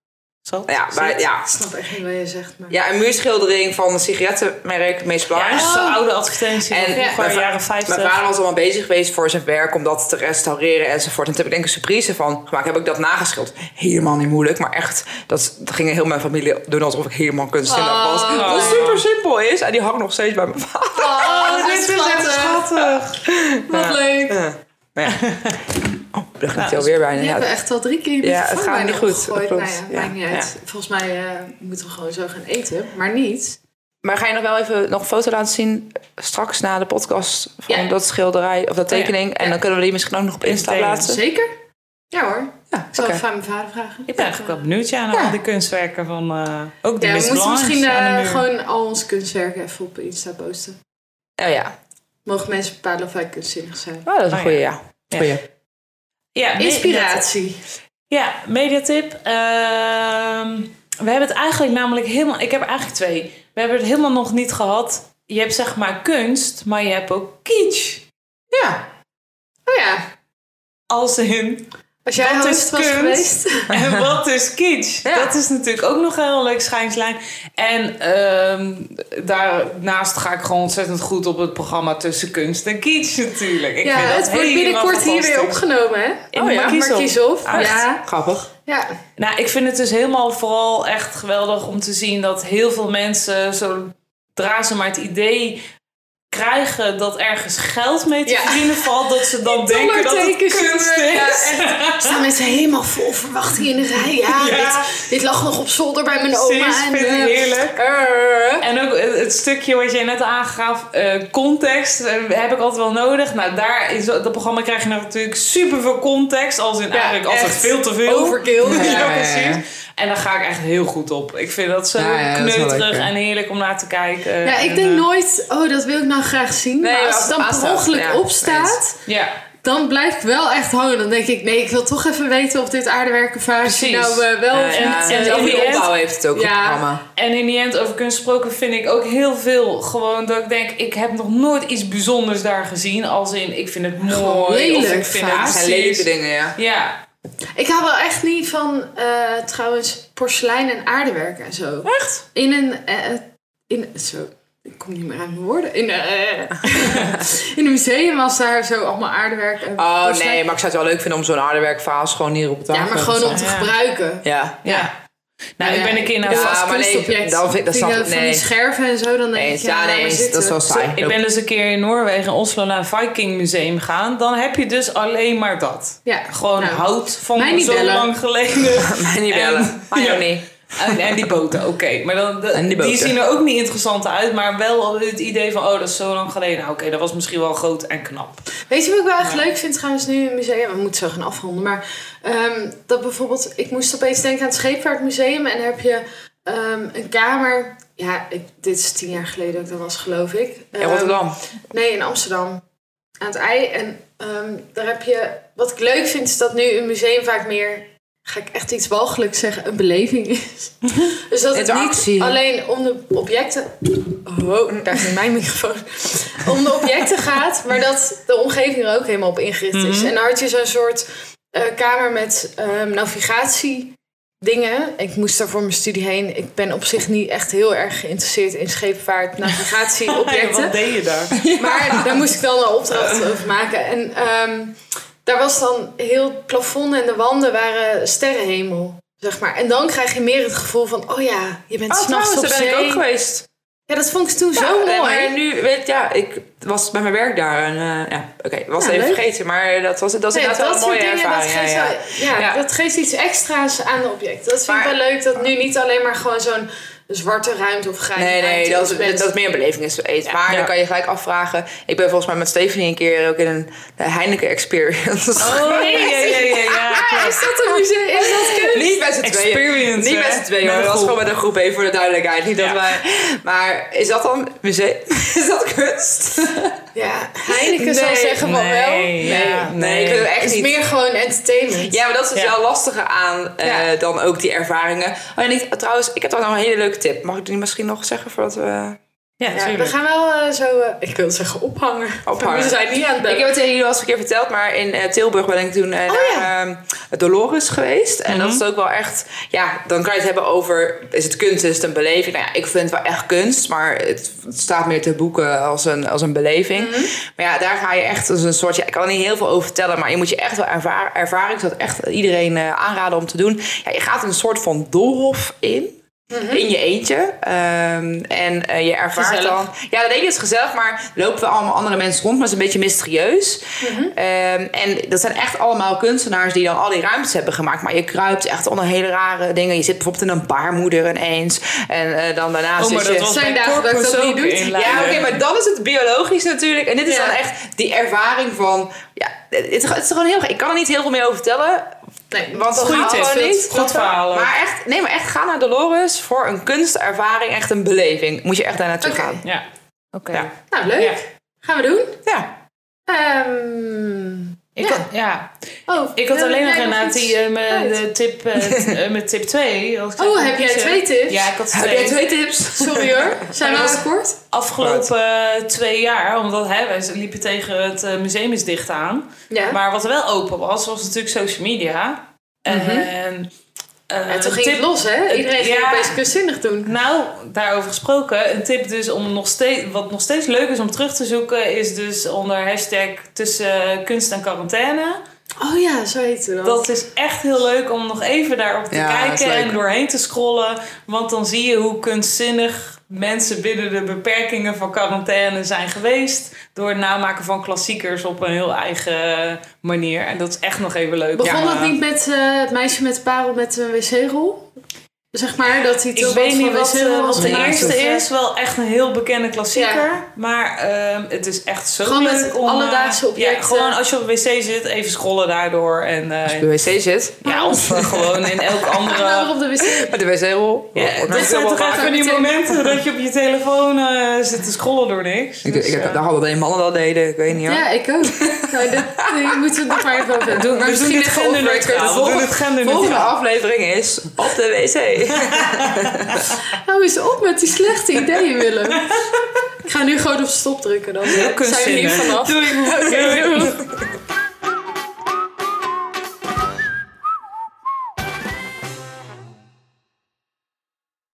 Speaker 4: Zat?
Speaker 3: Ja, maar,
Speaker 4: Zit?
Speaker 3: ja.
Speaker 2: Ik snap echt niet wat je zegt, maar...
Speaker 3: ja, een muurschildering van een sigarettenmerk Miss
Speaker 4: Ja, Oh,
Speaker 3: Blanche.
Speaker 4: dat is zo'n oude advertentie
Speaker 3: En
Speaker 4: van vroeger,
Speaker 3: mijn va-
Speaker 4: jaren
Speaker 3: Mijn
Speaker 4: 50.
Speaker 3: vader was allemaal bezig geweest voor zijn werk om dat te restaureren enzovoort. En toen heb ik denk ik een surprise van gemaakt. Heb ik dat nageschilderd. Helemaal niet moeilijk, maar echt. Dat, dat ging heel mijn familie doen alsof ik helemaal kunstzinnig was.
Speaker 2: Oh.
Speaker 3: Wat super simpel is. En die hangt nog steeds bij mijn vader.
Speaker 2: Oh, dit is echt
Speaker 4: schattig.
Speaker 2: Wat leuk.
Speaker 3: Eh, maar ja. Oh, daar ging het alweer bijna.
Speaker 2: Die hebben
Speaker 3: Ja,
Speaker 2: we echt al drie keer
Speaker 3: Ja, het gaat niet goed,
Speaker 2: Gegooid. Nou
Speaker 3: klopt.
Speaker 2: ja,
Speaker 3: Ja,
Speaker 2: maakt niet uit. Volgens mij eh, moeten we gewoon zo gaan eten, maar niet.
Speaker 3: Maar ga je nog wel even nog een foto laten zien straks na de podcast van
Speaker 2: Ja.
Speaker 3: dat schilderij of dat
Speaker 4: Oh ja.
Speaker 3: tekening? En dan kunnen we die misschien ook nog op Insta
Speaker 4: Meteen.
Speaker 3: plaatsen.
Speaker 2: Zeker? Ja hoor.
Speaker 3: Ja,
Speaker 2: Ik zal
Speaker 3: oké.
Speaker 2: even aan mijn vader vragen.
Speaker 4: Ik ben eigenlijk wel benieuwd ja, naar al die kunstwerken van eh, ook de
Speaker 2: Ja,
Speaker 4: Miss
Speaker 2: we moeten
Speaker 4: Blanche
Speaker 2: misschien eh,
Speaker 4: aan de muur.
Speaker 2: gewoon al ons kunstwerken even op Insta posten.
Speaker 3: Oh ja,
Speaker 2: Mogen mensen bepalen of wij kunstzinnig zijn.
Speaker 3: oh, dat is een
Speaker 4: Oh,
Speaker 3: goede
Speaker 4: ja.
Speaker 3: ja.
Speaker 4: Ja.
Speaker 3: Goeie.
Speaker 4: Ja, nee, net-
Speaker 2: Inspiratie.
Speaker 4: Ja, mediatip. Ehm, we hebben het eigenlijk namelijk helemaal... Ik heb er eigenlijk twee. We hebben het helemaal nog niet gehad. Je hebt zeg maar kunst, maar je hebt ook kitsch.
Speaker 3: Ja.
Speaker 2: Oh ja,
Speaker 4: Als in,
Speaker 2: als jij
Speaker 4: Wat is
Speaker 2: host was
Speaker 4: kunst?
Speaker 2: geweest.
Speaker 4: en wat is kitsch?
Speaker 3: Ja.
Speaker 4: Dat is natuurlijk ook nog een heel leuk schijnslijn. En ehm, daarnaast ga ik gewoon ontzettend goed op het programma tussen kunst en kitsch natuurlijk. Ik
Speaker 2: ja,
Speaker 4: vind dat
Speaker 2: het wordt
Speaker 4: helemaal
Speaker 2: binnenkort hier weer
Speaker 4: fantastisch.
Speaker 2: opgenomen, hè?
Speaker 4: In
Speaker 3: Oh ja,
Speaker 4: Markieshof.
Speaker 2: Markieshof.
Speaker 4: Echt?
Speaker 2: Ja,
Speaker 3: Grappig.
Speaker 2: ja.
Speaker 4: Nou, ik vind het dus helemaal vooral echt geweldig om te zien dat heel veel mensen, zodra ze maar het idee krijgen dat ergens geld mee te
Speaker 2: Ja.
Speaker 4: verdienen valt, dat ze dan denken dat het
Speaker 2: Dollartekens,
Speaker 4: kunst
Speaker 2: jongen.
Speaker 4: is.
Speaker 2: Ja, echt. Er staan mensen helemaal vol verwachting in de rij. Ja,
Speaker 4: Ja.
Speaker 2: Dit, dit lag nog op zolder bij mijn oma.
Speaker 4: Precies, vind ik
Speaker 2: eh,
Speaker 4: heerlijk.
Speaker 2: eh.
Speaker 4: En ook het het stukje wat jij net aangaf, eh, context, eh, heb ik altijd wel nodig. Nou, daar in zo- dat programma krijg je natuurlijk super veel context, als in eigenlijk altijd
Speaker 2: echt.
Speaker 4: veel te veel.
Speaker 2: Overkill.
Speaker 4: Ja,
Speaker 3: ja, ja.
Speaker 4: precies. En daar ga ik echt heel goed op. Ik vind dat zo
Speaker 3: Ja, ja, dat is wel
Speaker 4: kneuterig
Speaker 3: lekker.
Speaker 4: en heerlijk om naar te kijken.
Speaker 2: Ja, ik
Speaker 4: En,
Speaker 2: denk
Speaker 4: eh,
Speaker 2: nooit, oh, dat wil ik nou graag zien.
Speaker 3: Nee,
Speaker 2: maar als
Speaker 3: als
Speaker 2: het dan
Speaker 3: het
Speaker 2: per
Speaker 3: aanstaat,
Speaker 2: ongeluk
Speaker 3: ja,
Speaker 2: opstaat,
Speaker 4: Ja,
Speaker 2: dan blijf ik wel echt hangen. Dan denk ik, nee, ik wil toch even weten of dit aardewerkenfase
Speaker 4: Precies.
Speaker 2: nou eh, wel of
Speaker 3: en,
Speaker 2: niet.
Speaker 4: en
Speaker 2: eh,
Speaker 4: ook
Speaker 3: over
Speaker 4: die
Speaker 3: de
Speaker 4: end-
Speaker 3: opbouw heeft het ook
Speaker 2: Ja.
Speaker 3: een programma.
Speaker 4: en in die end over kunst gesproken vind ik ook heel veel gewoon dat ik denk, ik heb nog nooit iets bijzonders daar gezien. Als in, ik vind het mooi. of
Speaker 2: lelijk
Speaker 4: ik vind
Speaker 2: vaak.
Speaker 4: het
Speaker 2: Ja,
Speaker 3: Het zijn leuke dingen, ja.
Speaker 4: Ja,
Speaker 2: Ik hou wel echt niet van, eh, trouwens, porselein en aardewerk en zo.
Speaker 4: echt?
Speaker 2: In een... eh, eh, in, zo, ik kom niet meer aan mijn woorden. In, eh, eh, in een museum was daar zo allemaal aardewerk en
Speaker 3: Oh
Speaker 2: porselein.
Speaker 3: nee, maar ik zou het wel leuk vinden om zo'n aardewerkvaas gewoon hier op het
Speaker 2: Ja,
Speaker 3: tafel
Speaker 2: maar
Speaker 3: te
Speaker 2: gewoon om te
Speaker 4: Ja.
Speaker 2: gebruiken.
Speaker 3: Ja.
Speaker 4: Ja. Nou,
Speaker 2: Ja.
Speaker 4: ik ben een keer naar
Speaker 3: Ja,
Speaker 4: vast
Speaker 3: maar nee,
Speaker 2: kunstobject.
Speaker 3: dan vind ik- dat
Speaker 2: Vind je
Speaker 3: snap ik-
Speaker 2: Van die
Speaker 3: nee.
Speaker 2: scherven en zo, dan denk
Speaker 3: Eens.
Speaker 2: ik,
Speaker 3: Ja,
Speaker 2: ja,
Speaker 3: nee,
Speaker 2: laat maar
Speaker 3: eens.
Speaker 2: zitten.
Speaker 3: Dat is wel saai.
Speaker 4: Ik ben dus een keer in Noorwegen, in Oslo, naar een Viking Museum gaan. Dan heb je dus alleen maar dat.
Speaker 2: Ja,
Speaker 4: Gewoon
Speaker 2: nou,
Speaker 4: hout
Speaker 2: mij
Speaker 4: van
Speaker 2: niet
Speaker 4: zo
Speaker 2: bellen.
Speaker 4: lang geleden.
Speaker 3: Mij niet
Speaker 4: En-
Speaker 3: bellen. Mij
Speaker 4: Ja.
Speaker 3: ook niet.
Speaker 4: En, en die boten, oké. Maar dan, de-
Speaker 3: En die
Speaker 4: die,
Speaker 3: boten.
Speaker 4: zien er ook niet interessant uit. Maar wel het idee van, oh, dat is zo lang geleden. Nou, oké, dat was misschien wel groot en knap.
Speaker 2: Weet je wat ik wel echt leuk vind trouwens nu in het museum? We moeten zo gaan afronden. Maar ehm, dat bijvoorbeeld, ik moest opeens denken aan het Scheepvaartmuseum. En daar heb je ehm, een kamer. Ja, ik, dit is tien jaar geleden dat ik dat was, geloof ik. Ehm,
Speaker 3: In Rotterdam.
Speaker 2: Nee, in Amsterdam. Aan het ei. En ehm, daar heb je. Wat ik leuk vind is dat nu een museum vaak meer. Ga ik echt iets walgelijks zeggen? Een beleving is. Dus dat het niet
Speaker 3: Interactie.
Speaker 2: alleen om de objeक्ten. Oh, daar ging mijn microfoon. Om de objecten gaat, maar dat de omgeving er ook helemaal op ingericht is. En dan had je zo'n soort eh, kamer met ehm, navigatie. Dingen. Ik moest daar voor mijn studie heen. Ik ben op zich niet echt heel erg geïnteresseerd in scheepvaart, navigatie,
Speaker 4: En
Speaker 2: objecten.
Speaker 4: wat deed je daar?
Speaker 2: Maar daar moest ik wel een opdracht over maken. En ehm, daar was dan heel het plafond en de wanden waren sterrenhemel. Zeg maar. En dan krijg je meer het gevoel van, oh ja, je bent
Speaker 3: Oh,
Speaker 2: s'nachts
Speaker 3: trouwens,
Speaker 2: op
Speaker 3: daar ben ik ook
Speaker 2: zee.
Speaker 3: geweest.
Speaker 2: Ja, dat vond ik toen zo
Speaker 3: nee,
Speaker 2: mooi.
Speaker 3: eh, Maar nu, weet ja, ik was bij mijn werk daar en eh, ja, oké, was
Speaker 2: Ja,
Speaker 3: even
Speaker 2: leuk.
Speaker 3: vergeten, maar dat was, dat is
Speaker 2: Nee,
Speaker 3: inderdaad wel een mooie ervaring.
Speaker 2: dat geeft,
Speaker 3: ja, ja.
Speaker 2: wel- ja,
Speaker 3: Ja.
Speaker 2: dat geeft iets extra's aan de object. Dat vind ik
Speaker 3: Maar-
Speaker 2: wel leuk, dat nu niet alleen maar gewoon zo'n zwarte ruimte of grijze
Speaker 3: Nee, nee,
Speaker 2: ruimte
Speaker 3: dat,
Speaker 2: is met-
Speaker 3: dat is meer een beleving is eten. Maar
Speaker 4: Ja.
Speaker 3: dan kan je gelijk afvragen. Ik ben volgens mij met Stephanie een keer ook in een de Heineken Experience.
Speaker 4: Oh, nee, ja, ja, ja, ja.
Speaker 2: Ah, is dat een museum? Is dat kunst?
Speaker 3: Niet met z'n tweeën.
Speaker 4: Experience,
Speaker 3: Niet met
Speaker 4: hè?
Speaker 3: z'n tweeën,
Speaker 4: Met
Speaker 3: hoor.
Speaker 4: een
Speaker 3: Dat was
Speaker 4: groep.
Speaker 3: gewoon met een groep even voor de duidelijkheid. Niet dat
Speaker 4: Ja.
Speaker 3: wij... Maar is dat dan museum? Is dat kunst?
Speaker 2: Ja, Heineken zou
Speaker 3: Nee,
Speaker 2: zeggen van wel.
Speaker 4: Ah, nee, ja.
Speaker 3: Nee, ik vind het
Speaker 2: Het
Speaker 3: echt
Speaker 2: is
Speaker 3: niet.
Speaker 2: meer gewoon entertainment.
Speaker 3: Ja, maar dat is het
Speaker 4: Ja.
Speaker 3: wel lastige aan eh,
Speaker 2: Ja.
Speaker 3: dan ook die ervaringen. Oh, en ik, trouwens, ik heb daar nog een hele leuke tip. Mag ik die misschien nog zeggen voordat we...
Speaker 4: Ja,
Speaker 2: Ja, we
Speaker 4: natuurlijk.
Speaker 2: gaan wel eh, zo, eh, ik wil zeggen ophangen.
Speaker 3: Ophangen.
Speaker 2: We zijn niet aan het
Speaker 3: Ik
Speaker 2: bellen.
Speaker 3: heb het tegen jullie wel eens een keer verteld, maar in eh, Tilburg ben ik toen eh, naar ehm, Dolores geweest. En dat is ook wel echt, ja, dan kan je het hebben over, is het kunst, is het een beleving? Nou ja, ik vind het wel echt kunst, maar het, het staat meer te boeken als een, als een beleving. Maar ja, daar ga je echt als een soort, ja, ik kan er niet heel veel over vertellen, maar je moet je echt wel ervaren. ervaren. Ik zou het echt iedereen eh, aanraden om te doen. Ja, je gaat een soort van doolhof in. In je eentje. Ehm, en eh, je ervaart
Speaker 4: Mhm. Gezellig.
Speaker 3: dan ja, dat ene is gezellig, maar lopen we allemaal andere mensen rond, maar het is een beetje mysterieus.
Speaker 4: Mhm.
Speaker 3: Ehm, en dat zijn echt allemaal kunstenaars die dan al die ruimtes hebben gemaakt. Maar je kruipt echt onder hele rare dingen. Je zit bijvoorbeeld in een baarmoeder ineens. En eh, dan daarna
Speaker 4: Oh,
Speaker 3: zit
Speaker 4: maar
Speaker 3: je...
Speaker 4: dat was
Speaker 2: Zijn
Speaker 4: bij
Speaker 2: dagen dat ik
Speaker 4: Corpus
Speaker 2: dat niet
Speaker 4: ook
Speaker 2: doe.
Speaker 4: in Leiden.
Speaker 3: Ja, oké, maar dan is het biologisch natuurlijk. En dit is
Speaker 2: Ja.
Speaker 3: dan echt die ervaring van... Ja, het, is- het is gewoon heel... Ik kan er niet heel veel meer over vertellen.
Speaker 2: Nee,
Speaker 3: Want dat
Speaker 4: Goeie
Speaker 3: gaat
Speaker 4: tip.
Speaker 3: gewoon niet.
Speaker 4: Goed verhaal ook.
Speaker 3: Maar echt, nee, maar echt ga naar Dolores voor een kunstervaring. Echt een beleving. Moet je echt daar naartoe
Speaker 2: Oké.
Speaker 3: gaan.
Speaker 4: Ja.
Speaker 3: Oké.
Speaker 4: Ja.
Speaker 2: Nou, leuk.
Speaker 4: Ja.
Speaker 2: Gaan we doen.
Speaker 3: ja.
Speaker 2: Ehm,
Speaker 4: Ik
Speaker 2: Ja.
Speaker 4: had, ja.
Speaker 2: oh,
Speaker 4: Ik had
Speaker 2: wil
Speaker 4: alleen nog
Speaker 2: jij
Speaker 4: inderdaad
Speaker 2: iets?
Speaker 4: die eh, met,
Speaker 2: uit?
Speaker 4: de tip, eh, t- eh, met tip 2.
Speaker 2: Oh, heb jij twee tips?
Speaker 4: eh, Ja, ik had
Speaker 3: Heb
Speaker 4: twee.
Speaker 3: jij twee tips?
Speaker 2: Sorry hoor. Zijn we
Speaker 4: Ja.
Speaker 2: aan het kort?
Speaker 4: Afgelopen eh, twee jaar, omdat hè, wij liepen tegen het eh, museum is dicht aan.
Speaker 2: Ja.
Speaker 4: Maar wat wel open was, was natuurlijk social media. En, eh,
Speaker 2: Mhm. en toen ging
Speaker 4: tip-
Speaker 2: het los, hè? Iedereen ging
Speaker 4: ja.
Speaker 2: opeens kunstzinnig doen.
Speaker 4: Nou, daarover gesproken, een tip dus om nog steeds, wat nog steeds leuk is om terug te zoeken, is dus onder hashtag tussen eh, kunst en quarantaine.
Speaker 2: Oh ja, zo heette dat.
Speaker 4: Dat is echt heel leuk om nog even daarop te
Speaker 3: Ja, dat is
Speaker 4: kijken
Speaker 3: leuk.
Speaker 4: en doorheen te scrollen. Want dan zie je hoe kunstzinnig mensen binnen de beperkingen van quarantaine zijn geweest. Door het namaken van klassiekers op een heel eigen manier. En dat is echt nog even leuk.
Speaker 2: Begon
Speaker 4: Ja.
Speaker 2: dat niet met eh, het meisje met de parel met een wc-rol? Zeg maar dat die
Speaker 4: Ik
Speaker 2: Tilband
Speaker 4: weet
Speaker 2: van
Speaker 4: niet wat,
Speaker 2: Wessel
Speaker 4: eh, wat de
Speaker 2: gemaakt
Speaker 4: eerste
Speaker 2: heeft.
Speaker 4: is. Wel echt een heel bekende klassieker.
Speaker 2: Ja.
Speaker 4: Maar ehm, het is echt zo
Speaker 2: Gewoon met
Speaker 4: leuk om... eh,
Speaker 2: alledaagse
Speaker 4: Ja,
Speaker 2: objecten.
Speaker 4: gewoon als je op de wc zit, even scrollen daardoor. En, eh,
Speaker 3: Als je op de wc zit,
Speaker 4: ja, of eh, gewoon in elk
Speaker 2: Nou,
Speaker 4: andere...
Speaker 2: op de wc.
Speaker 3: met de wc-rol.
Speaker 4: Ja,
Speaker 3: Wordt-
Speaker 4: dat zijn toch echt van die momenten dat je op je telefoon eh, zit te scrollen door niks.
Speaker 3: ik,
Speaker 4: Dus,
Speaker 3: ik,
Speaker 4: eh,
Speaker 3: daar hadden alleen mannen dat deden, ik weet niet hoor.
Speaker 2: Ja, ik ook. Nou, dit, hier moeten we het nog maar even over hebben.
Speaker 3: Doe-
Speaker 2: Maar
Speaker 3: we doen dit
Speaker 2: even
Speaker 3: gewoon
Speaker 2: off-record.
Speaker 3: neutraal.
Speaker 4: We doen het
Speaker 3: De
Speaker 4: genderneutraal.
Speaker 3: volgende aflevering is op de wc.
Speaker 2: Hou eens op met die slechte ideeën, Willem. Ik ga nu gewoon op stop drukken dan.
Speaker 4: Heel
Speaker 2: Zijn we hier
Speaker 4: kunstzinnig.
Speaker 2: vanaf.
Speaker 4: Doei. Doei.